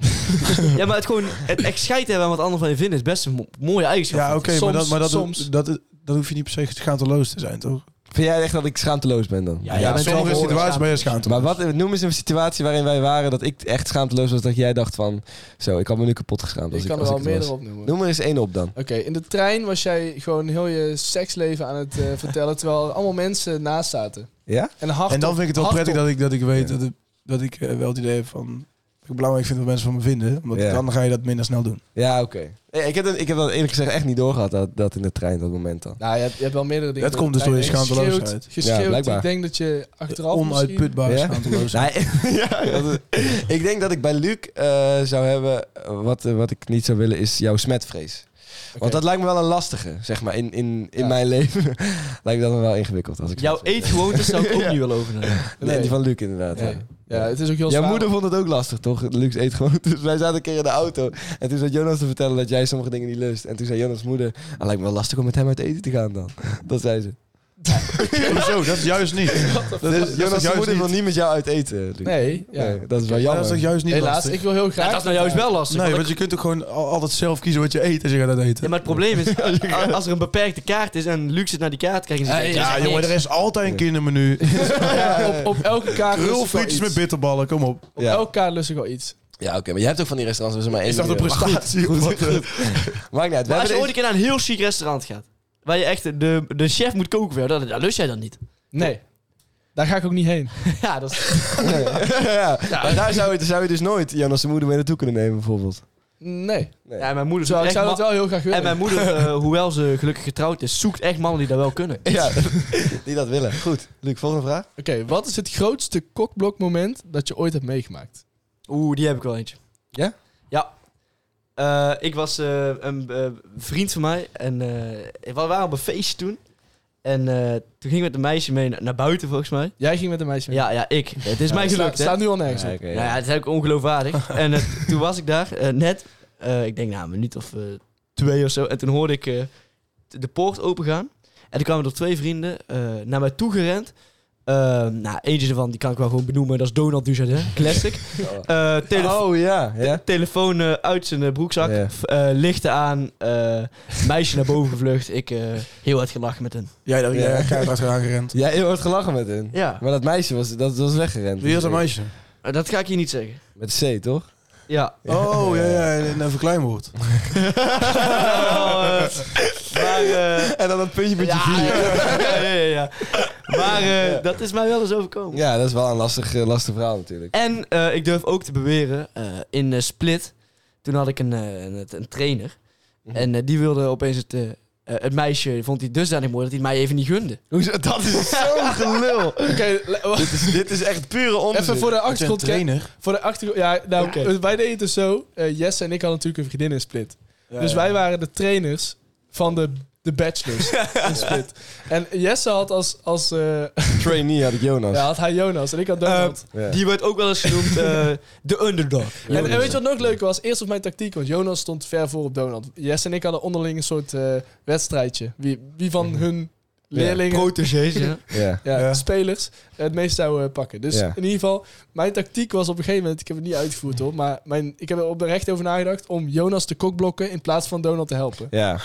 S5: Ja, maar het gewoon, het echt scheid hebben aan wat anderen van je vinden is best een mo- mooie eigenschap.
S3: Ja, oké, maar,
S4: soms-
S3: dat, maar dat,
S4: soms.
S3: Dat, dat, hoef je niet per se schaamteloos te zijn, toch?
S2: vind jij echt dat ik schaamteloos ben dan?
S5: Ja,
S3: Ja,
S5: jij
S3: in
S5: bent wel
S3: sommige
S5: behoorlijk
S3: situaties ben je
S2: Maar
S3: schaamteloos.
S2: wat, noem eens een situatie waarin wij waren dat ik echt schaamteloos was. Dat jij dacht van, zo, ik had me nu kapot geschaamd. Als
S4: Ik
S2: ik,
S4: kan er
S2: als
S4: wel
S2: ik het
S4: meerdere
S2: was.
S4: op noemen.
S2: Noem er eens één op dan.
S4: Oké, in de trein was jij gewoon heel je seksleven aan het eh,
S3: <laughs>
S4: vertellen, terwijl er allemaal mensen naast zaten.
S2: Ja?
S4: En, hard
S3: En dan
S4: op-
S3: vind ik het wel
S4: hard
S3: prettig
S4: op.
S3: dat ik, dat ik weet
S2: Ja.
S3: dat, het- dat ik eh, wel het idee heb van... dat ik belangrijk vind wat mensen van me vinden. Omdat
S2: Ja.
S3: dan ga je dat minder snel doen.
S2: Ja, oké. Eh, Ik, heb dat- ik heb dat eerlijk gezegd echt niet doorgehad, dat, dat in de trein, dat moment dan.
S4: Nou, je hebt, je hebt wel meerdere dingen.
S3: Dat komt dus door je schaamteloosheid.
S4: Geschreeuwd, geschreeuwd.
S2: Ja, blijkbaar.
S4: Ik denk dat je achteraf misschien...
S3: Onuitputbare
S2: Ja? <laughs>
S3: <laughs> schaamteloosheid.
S2: Nee, ja, dat is- ik denk dat ik bij Luc eh, zou hebben, eh, wat, eh, wat ik niet zou willen, is jouw smetvrees. Want dat lijkt me wel een lastige, zeg maar, in, in, in
S4: Ja.
S2: mijn leven. <laughs> lijkt me dat me wel ingewikkeld. Als ik
S5: Jouw
S2: smetvrees heb.
S5: eetgewoontes zou ik ook niet willen overnemen.
S2: Nee, die van Luc inderdaad.
S4: Nee.
S2: ja.
S4: Ja, het is ook heel
S2: Jouw
S4: zwaar.
S2: moeder vond het ook lastig, toch? Lux eet gewoon. <laughs> Dus wij zaten een keer in de auto. En toen zat Jonas te vertellen dat jij sommige dingen niet lust. En toen zei Jonas' moeder: "Ah, lijkt me wel lastig om met hem uit eten te gaan dan. <laughs> Dat zei ze.
S3: Hoezo? Dat is juist niet. Dat is- dat
S2: Dus
S3: is
S2: Jonas'
S3: juist
S2: moeder
S3: niet.
S2: wil niet met jou uit eten. Luc.
S4: Nee, ja.
S2: Nee, dat is wel
S3: Ja,
S2: jammer.
S3: dat is toch juist niet
S4: Helaas,
S3: lastig?
S4: ik wil heel graag...
S5: Ja, dat is nou juist wel lastig.
S3: Nee,
S5: want
S3: want je kunt ook gewoon al- altijd zelf kiezen wat je eet als je gaat eten.
S5: Ja, maar het probleem is, a- als er een beperkte kaart is en Luc zit naar die kaart kijken...
S4: Ja,
S5: Ja,
S4: ja,
S3: Ja, jongen, er is altijd een kindermenu.
S4: Ja, op, op elke kaart lust ik wel
S3: Krulfrietjes
S4: iets.
S3: met bitterballen, kom op.
S4: Op
S2: Ja.
S4: elke kaart lust ik wel iets.
S2: Ja, oké, maar jij hebt ook van die restaurants. Dus maar één
S3: Is dat een
S2: manier.
S3: prestatie?
S2: Goed,
S3: of
S2: goed, goed.
S3: wat?
S2: Maakt niet uit. We
S5: Maar als je
S2: hebben
S5: ooit een keer naar een heel chic restaurant gaat, waar je echt de, de chef moet koken voor jou, dat, dat lust jij dan niet.
S4: Nee. Daar ga ik ook niet heen.
S5: Ja, dat is...
S2: deze- <laughs> ja. Maar daar zou je, zou je dus nooit Jonas' moeder mee naartoe kunnen nemen, bijvoorbeeld.
S4: Nee.
S5: Ja, mijn moeder...
S4: Zo, ik
S5: echt
S4: zou
S5: ma-
S4: dat wel heel graag willen.
S5: En mijn moeder, eh, <laughs> hoewel ze gelukkig getrouwd is, zoekt echt mannen die dat wel
S2: <laughs>
S5: kunnen.
S2: Ja, die dat willen. Goed, Luc, volgende vraag.
S4: Oké, wat is het grootste kokblokmoment dat je ooit hebt meegemaakt?
S5: Oeh, die heb ik wel eentje.
S2: Ja?
S5: Ja. Eh, ik was eh, een eh, vriend van mij en eh, we waren op een feestje toen. En eh, toen ging ik met een meisje mee na- naar buiten, volgens mij.
S4: Jij ging met een meisje mee.
S5: Ja, ja, ik. Het is mij
S4: Sta-
S5: gelukt, hè?
S4: Staat nu al nergens op.
S2: oké,
S5: Nou ja, het is ook ongeloofwaardig. en eh, toen was ik daar eh, net, eh, ik denk nou, een minuut of eh, twee of zo. En toen hoorde ik eh, de poort opengaan. En toen kwamen er twee vrienden eh, naar mij toe gerend. Ehm, nou, eentje ervan die kan ik wel gewoon benoemen. Dat is Donald Dujardin. Classic. Eh, tele-
S2: Oh ja, ja.
S5: te- telefoon eh, uit zijn eh, broekzak.
S2: Ja.
S5: f- eh, lichten aan. eh, meisje naar boven gevlucht. Ik eh, heel hard gelachen met hem.
S3: Jij daar,
S2: Ja.
S3: jij keihard achteraan gerend.
S2: Jij heel hard gelachen met hem.
S5: Ja.
S2: Maar dat meisje was, dat, was weggerend.
S3: Wie is dat meisje?
S5: Eh, dat ga ik hier niet zeggen.
S2: Met C, toch?
S5: Ja. <laughs>
S3: Oh, ja, ja, een, een verkleinwoord.
S5: Nou, eh, maar... eh,
S2: En dan een puntje met je
S5: ja,
S2: vier.
S5: ja, ja, ja. Maar eh, dat is mij wel eens overkomen.
S2: Ja, dat is wel een lastig, eh, lastig verhaal natuurlijk.
S5: En eh, ik durf ook te beweren, eh, in eh, Split, toen had ik een, eh, een, een trainer.
S2: Mhm.
S5: En eh, die wilde opeens het, eh, eh, het meisje, vond hij dusdanig mooi dat hij het mij even niet gunde.
S2: Hoezo? Dat
S5: <laughs>
S2: is zo'n gelul.
S4: Oké, le- wacht.
S2: dit, is, dit is echt pure onzin.
S4: even voor de
S3: Had je een
S4: achtergrond. kijken.
S3: trainer.
S4: Voor de achtergrond. Ja, nou, eh, wij deden het dus zo. eh, Jesse en ik hadden natuurlijk een vriendin in Split.
S2: Eh.
S4: dus wij waren de trainers van de, de bachelors in Split. En Jesse had als, als eh,
S2: trainee had ik Jonas.
S4: ja, had hij Jonas en ik had Donald.
S2: Ja.
S5: Die werd ook wel eens genoemd eh, de underdog.
S4: En, en weet je wat nog leuker was? Eerst op mijn tactiek, want Jonas stond ver voor op Donald. Jesse en ik hadden onderling een soort eh, wedstrijdje. Wie, wie van hun leerlingen,
S5: Protégés, ja.
S2: Ja.
S4: ja,
S3: Ja.
S4: spelers, het meest zou eh, pakken. Dus
S2: Ja.
S4: in ieder geval, mijn tactiek was op een gegeven moment, ik heb het niet uitgevoerd hoor, maar mijn, ik heb er oprecht over nagedacht om Jonas te kokblokken in plaats van Donald te helpen.
S5: <laughs>
S2: Ja,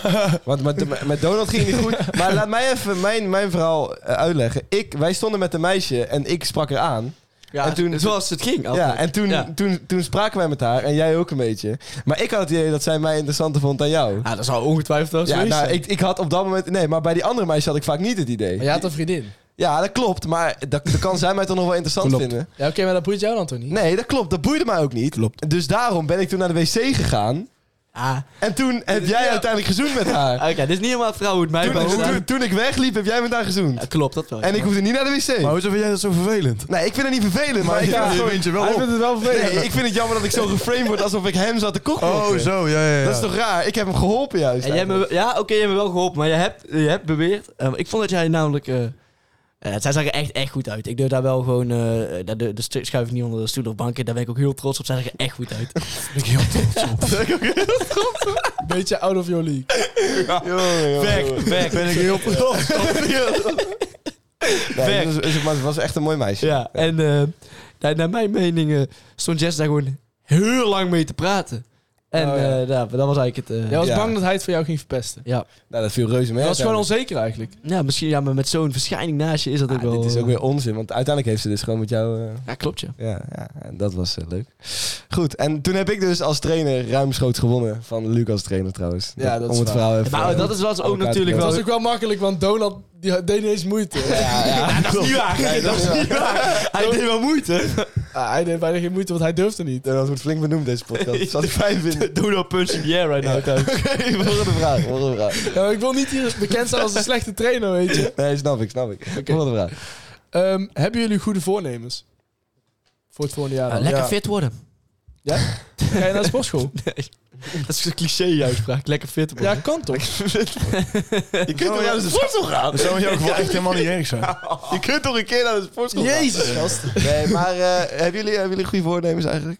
S2: want met, met Donald ging het niet goed. Maar laat mij even mijn, mijn verhaal eh, uitleggen. Ik, wij stonden met een meisje en ik sprak haar aan.
S5: ja
S2: En toen-
S5: zoals het ging.
S2: Ja,
S5: altijd.
S2: en toen,
S5: Ja.
S2: Toen, toen spraken wij met haar en jij ook een beetje. Maar ik had het idee dat zij mij interessanter vond dan jou.
S5: Ah, dat zou ongetwijfeld wel zo
S2: Ja,
S5: geweest
S2: nou,
S5: zijn.
S2: ik, ik had op dat moment... Nee, maar bij die andere meisje had ik vaak niet het idee.
S4: Maar jij had een vriendin.
S2: Ja, dat klopt. Maar dat, dat kan zij mij toch nog wel interessant
S3: Klopt.
S2: vinden.
S4: Ja, oké, maar dat boeit jou dan toch niet?
S2: Nee, dat klopt. Dat boeide mij ook niet.
S3: Klopt.
S2: Dus daarom ben ik toen naar de wc gegaan.
S5: Ah,
S2: En toen heb jij
S5: Ja.
S2: uiteindelijk gezoend met haar.
S5: Oké, dit is niet helemaal het verhaal hoe het mij
S2: Toen,
S5: behoort.
S2: toen, toen ik wegliep, heb jij met haar gezoend.
S5: Ja, klopt, dat wel.
S2: En ik
S5: ja.
S2: hoefde niet naar de wc.
S3: Maar hoezo vind jij dat zo vervelend?
S2: Nee, ik vind het niet vervelend, maar, ik, vind het
S3: je
S2: gewoon-
S3: wint je wel
S4: Hij
S3: op.
S4: vindt het wel vervelend.
S2: nee, ik vind het jammer dat ik zo geframed word alsof ik hem zat te koken.
S3: Oh, zo, ja, ja, ja.
S2: Dat is toch raar? Ik heb hem geholpen juist.
S5: En jij hebt me, ja, oké, jij hebt me wel geholpen, maar je hebt, je hebt beweerd. eh, ik vond dat jij namelijk. eh, eh, zij zag er echt, echt goed uit. Ik durf daar wel gewoon. eh daar de, de stu- schuif ik niet onder de stoel of banken. Daar ben ik ook heel trots op. Zij zag er echt goed uit.
S3: Ik heel <laughs> trots op.
S2: <laughs>
S4: Beetje out of your league.
S2: Weg, weg.
S3: Ben ik heel
S2: <laughs>
S3: trots op.
S2: Nee, het was, het was echt een mooi meisje.
S5: ja, en eh, naar, naar mijn mening eh, stond Jess daar gewoon heel lang mee te praten. En
S4: Oh, ja.
S5: eh, ja, dat was eigenlijk het. eh,
S4: Jij was
S2: Ja.
S4: bang dat hij het voor jou ging verpesten.
S5: ja.
S2: Nou, dat viel reuze mee.
S4: Dat was gewoon
S2: uiteindelijk.
S4: onzeker eigenlijk.
S5: ja, misschien ja, maar met zo'n verschijning naast je is dat ook wel.
S2: Ah, dit is ook
S5: eh,
S2: weer onzin, want uiteindelijk heeft ze dus gewoon met jou... eh,
S5: Ja, klopt je.
S2: ja, ja, en dat was eh, leuk. Goed, en toen heb ik dus als trainer ruimschoots gewonnen. Van Luc als trainer trouwens.
S4: Ja, dat
S2: om
S4: is
S2: het
S4: waar.
S2: verhaal even...
S5: Maar Nou, dat is, was ook
S2: elkaar
S5: natuurlijk
S4: Het
S5: wel.
S4: was
S5: <laughs>
S4: ook wel makkelijk, want Donald die had- deed niet eens moeite.
S2: Ja, ja, dat is niet waar. dat is niet waar.
S5: Hij deed wel moeite.
S4: Ah, hij deed bijna geen moeite, want hij durfde niet.
S2: Dat wordt flink benoemd deze
S5: <laughs>
S2: podcast. Dat zal ik fijn vinden.
S5: Doe dat punch in the air right now. thuis.
S2: Oké,
S5: <laughs>
S2: volgende vraag. Volgende vraag.
S4: Ja, maar ik wil niet hier bekend zijn als een slechte trainer, weet je.
S2: Nee, snap ik, snap ik. Volgende vraag.
S4: Ehm, hebben jullie goede voornemens? Voor het volgende jaar
S5: Ja,
S4: dan?
S5: Ah, lekker
S3: Ja.
S5: fit worden.
S4: Ga je naar de
S2: <laughs>
S4: sportschool?
S5: Dat is een cliché-uitspraak. Lekker fit worden.
S4: Ja, kan toch?
S2: Je kunt toch naar de sportschool gaan?
S3: Dat zou <laughs> in jouw geval echt helemaal niet erg zijn.
S2: Je kunt toch een keer naar de sportschool gaan?
S4: Jezus, gast.
S2: Nee, maar eh, hebben, jullie, hebben jullie goede voornemens eigenlijk?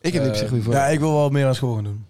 S2: Ik heb niet op zich goede
S3: Ja,
S2: voornemens.
S3: ik wil wel meer aan school gaan doen.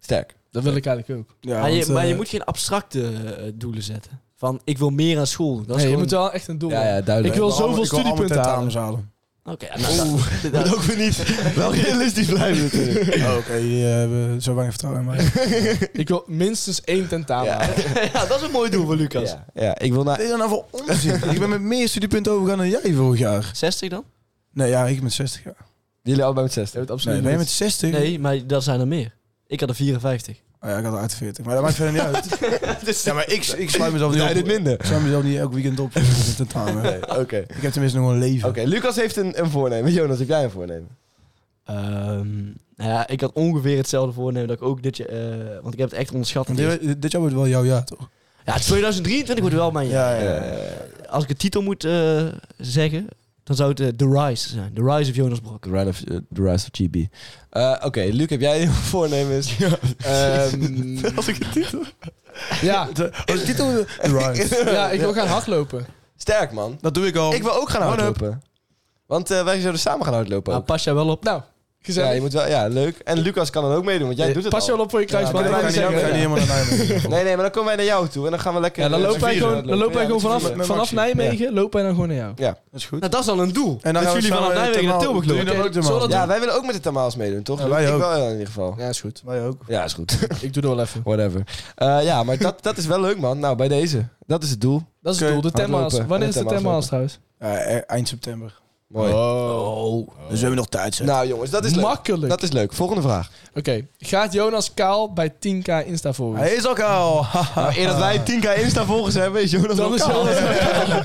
S2: Sterk.
S4: Dat wil ik eigenlijk ook.
S3: Ja,
S5: maar, je,
S3: want,
S5: maar je
S3: eh,
S5: moet geen abstracte eh, doelen zetten. Van, ik wil meer aan school. Dat is
S4: Nee, je
S5: gewoon...
S4: moet wel echt een doel
S2: Ja,
S4: hebben.
S2: ja, duidelijk.
S4: Ik wil
S3: allemaal-
S4: zoveel
S3: ik wil allemaal
S4: studiepunten
S3: tentamens halen.
S5: Oké, ja, nou, dat- dat-
S2: <laughs> Dat ook weer niet. Wel realistisch blijven natuurlijk.
S3: Oh, Oké, jullie hebben zo weinig vertrouwen in mij.
S4: Ik wil minstens één tentamen
S2: Ja.
S4: halen.
S5: ja, dat is een mooi doel voor Lucas.
S2: Ja, ja, ik wil naar...
S3: <laughs> Wat is dat nou voor onzin? Ik ben met meer studiepunten overgegaan dan jij vorig jaar.
S5: 60 dan?
S3: Nee, ja, ik met 60 jaar.
S2: Jullie allebei met
S4: Je
S2: 60.
S4: hebt absoluut
S3: Nee, ben je met
S4: niet.
S3: 60?
S5: Nee, maar dat zijn er meer. Ik had er 54.
S3: Oh ja, ik had er 48. Maar dat maakt verder niet uit.
S5: dus,
S3: <laughs> Ja, maar ik, ik sluit mezelf niet
S2: Doe
S3: op.
S2: jij dit minder?
S3: Ik sluit mezelf niet elk weekend op. voor een Tentamen.
S2: Nee, oké. Oké,
S3: Ik heb tenminste nog een leven.
S2: Lucas heeft een, een voornemen. Jonas, heb jij een voornemen?
S5: Ehm, nou ja, ik had ongeveer hetzelfde voornemen dat ik ook dit jaar... eh, want ik heb het echt onderschat.
S3: Want dit, dit jaar wordt wel jouw jaar, toch?
S5: Ja, 2023 wordt wel mijn jaar.
S2: Eh,
S5: Als ik een titel moet eh, zeggen, dan zou het eh, The Rise zijn. The Rise of Jonas Brok.
S2: The Rise of, eh, The Rise of GB. Eh, Oké, Luc, heb jij een <laughs> voornemen?
S4: <laughs> Ehm,
S2: Als ik het titel...
S4: ja.
S3: Als titel... Right.
S4: ja, ik wil gaan hardlopen.
S2: <laughs> Sterk, man.
S3: Dat doe ik al.
S4: Oh.
S2: Ik wil ook gaan
S4: nou.
S3: One up.
S2: hardlopen. Want eh, wij zouden samen gaan hardlopen.
S5: Maar
S2: ook.
S5: Nou, pas jij wel op.
S4: Nou,
S2: Ja,
S4: Ah, Gezellig. Eh,
S2: je moet wel, ja, leuk. En Lucas kan dan ook meedoen, want jij doet het
S4: Pas je
S2: al.
S4: wel op voor je
S3: Ja,
S4: kruisband.
S3: maar
S4: dat
S3: ik ga
S4: wou
S3: niet
S4: ik
S3: ik ga
S4: zeggen.
S3: niet helemaal naar Nijmegen.
S2: Nee, nee, maar dan komen wij naar jou toe en dan gaan we lekker...
S4: Ja, dan
S2: eh,
S4: lopen wij
S2: vieren.
S4: gewoon, dan lopen wij
S2: Ja,
S4: gewoon
S2: met z'n
S4: vanaf,
S2: vieren.
S4: vanaf
S3: vieren.
S4: Nijmegen, lopen wij dan gewoon naar Dus jou.
S2: Ja.
S3: Dat is goed.
S5: Nou, dat is al een doel.
S3: En
S5: dat
S3: dan gaan we
S5: jullie vanaf
S3: samen
S5: Nijmegen naar
S3: Thermaal-
S5: Tilburg
S3: Doe
S5: lopen.
S3: je dat ook, Thermaal?
S4: zullen we
S2: ja, wij willen ook met de Thermaals meedoen, toch?
S3: Ja, wij
S2: Ik
S3: ook.
S2: wel in ieder geval.
S4: Ja, is goed.
S3: Wij ook.
S2: Ja, is goed. <laughs>
S4: Ik doe dat wel even.
S2: Whatever. Eh, ja, maar dat, dat is wel leuk, man. Nou, bij deze. Dat is het doel.
S4: Dat is het
S3: Oké,
S4: doel. De
S2: hardlopen
S4: Temmaals.
S2: en
S4: Wanneer
S2: de
S4: is de
S2: Temmaals
S4: Temmaals trouwens?
S3: Ja, e- eind september.
S2: Mooi.
S4: Oh.
S3: Dus we hebben nog tijd, zeg.
S2: Nou, jongens, dat is leuk.
S4: Makkelijk.
S2: Dat is leuk. Volgende vraag.
S4: Oké. Gaat Jonas Kaal bij 10k Insta volgen?
S3: Hij is ook al.
S2: Nou, eer dat wij 10k Insta-volgers hebben, is Jonas
S4: Dan
S2: al
S4: is
S2: koud.
S4: Jonas
S2: <laughs>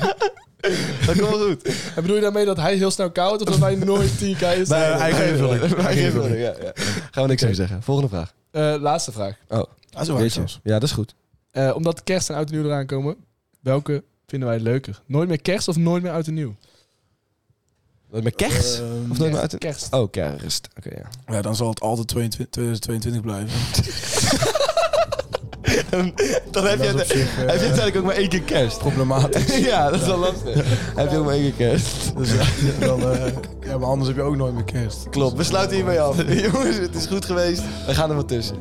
S2: Dat komt wel goed.
S4: En bedoel je daarmee dat hij heel snel koud wordt of dat wij nooit 10k
S2: <laughs>
S4: Insta
S3: Bij
S4: volgen?
S3: eigen invulling.
S2: Eigen invulling, ja, ja. Gaan we niks over zeggen. Volgende vraag.
S4: Eh, laatste vraag.
S3: Ah, zo
S2: Weet je. Ja, dat is goed.
S4: Eh, omdat kerst en oud en nieuw eraan komen, welke vinden wij leuker? Nooit meer kerst of nooit meer oud en nieuw?
S2: Met kerst? of nooit meer uit een...
S4: Kerst.
S2: Oh, kerst. Oké, ja.
S3: Ja, dan zal het altijd 22 2022
S2: <laughs>
S3: blijven.
S2: Dan <laughs> heb je,
S3: dat is op
S2: het-
S3: zich, eh,
S2: heb je uiteindelijk ook maar één keer kerst. <laughs>
S3: Problematisch. <laughs>
S2: ja, dat is wel lastig. heb je ook maar één keer kerst.
S3: Dus, eh, dan, eh, ja, maar anders heb je ook nooit meer kerst.
S2: Klopt, we sluiten hiermee af. <laughs> Jongens, het is goed geweest. We gaan er wat tussen.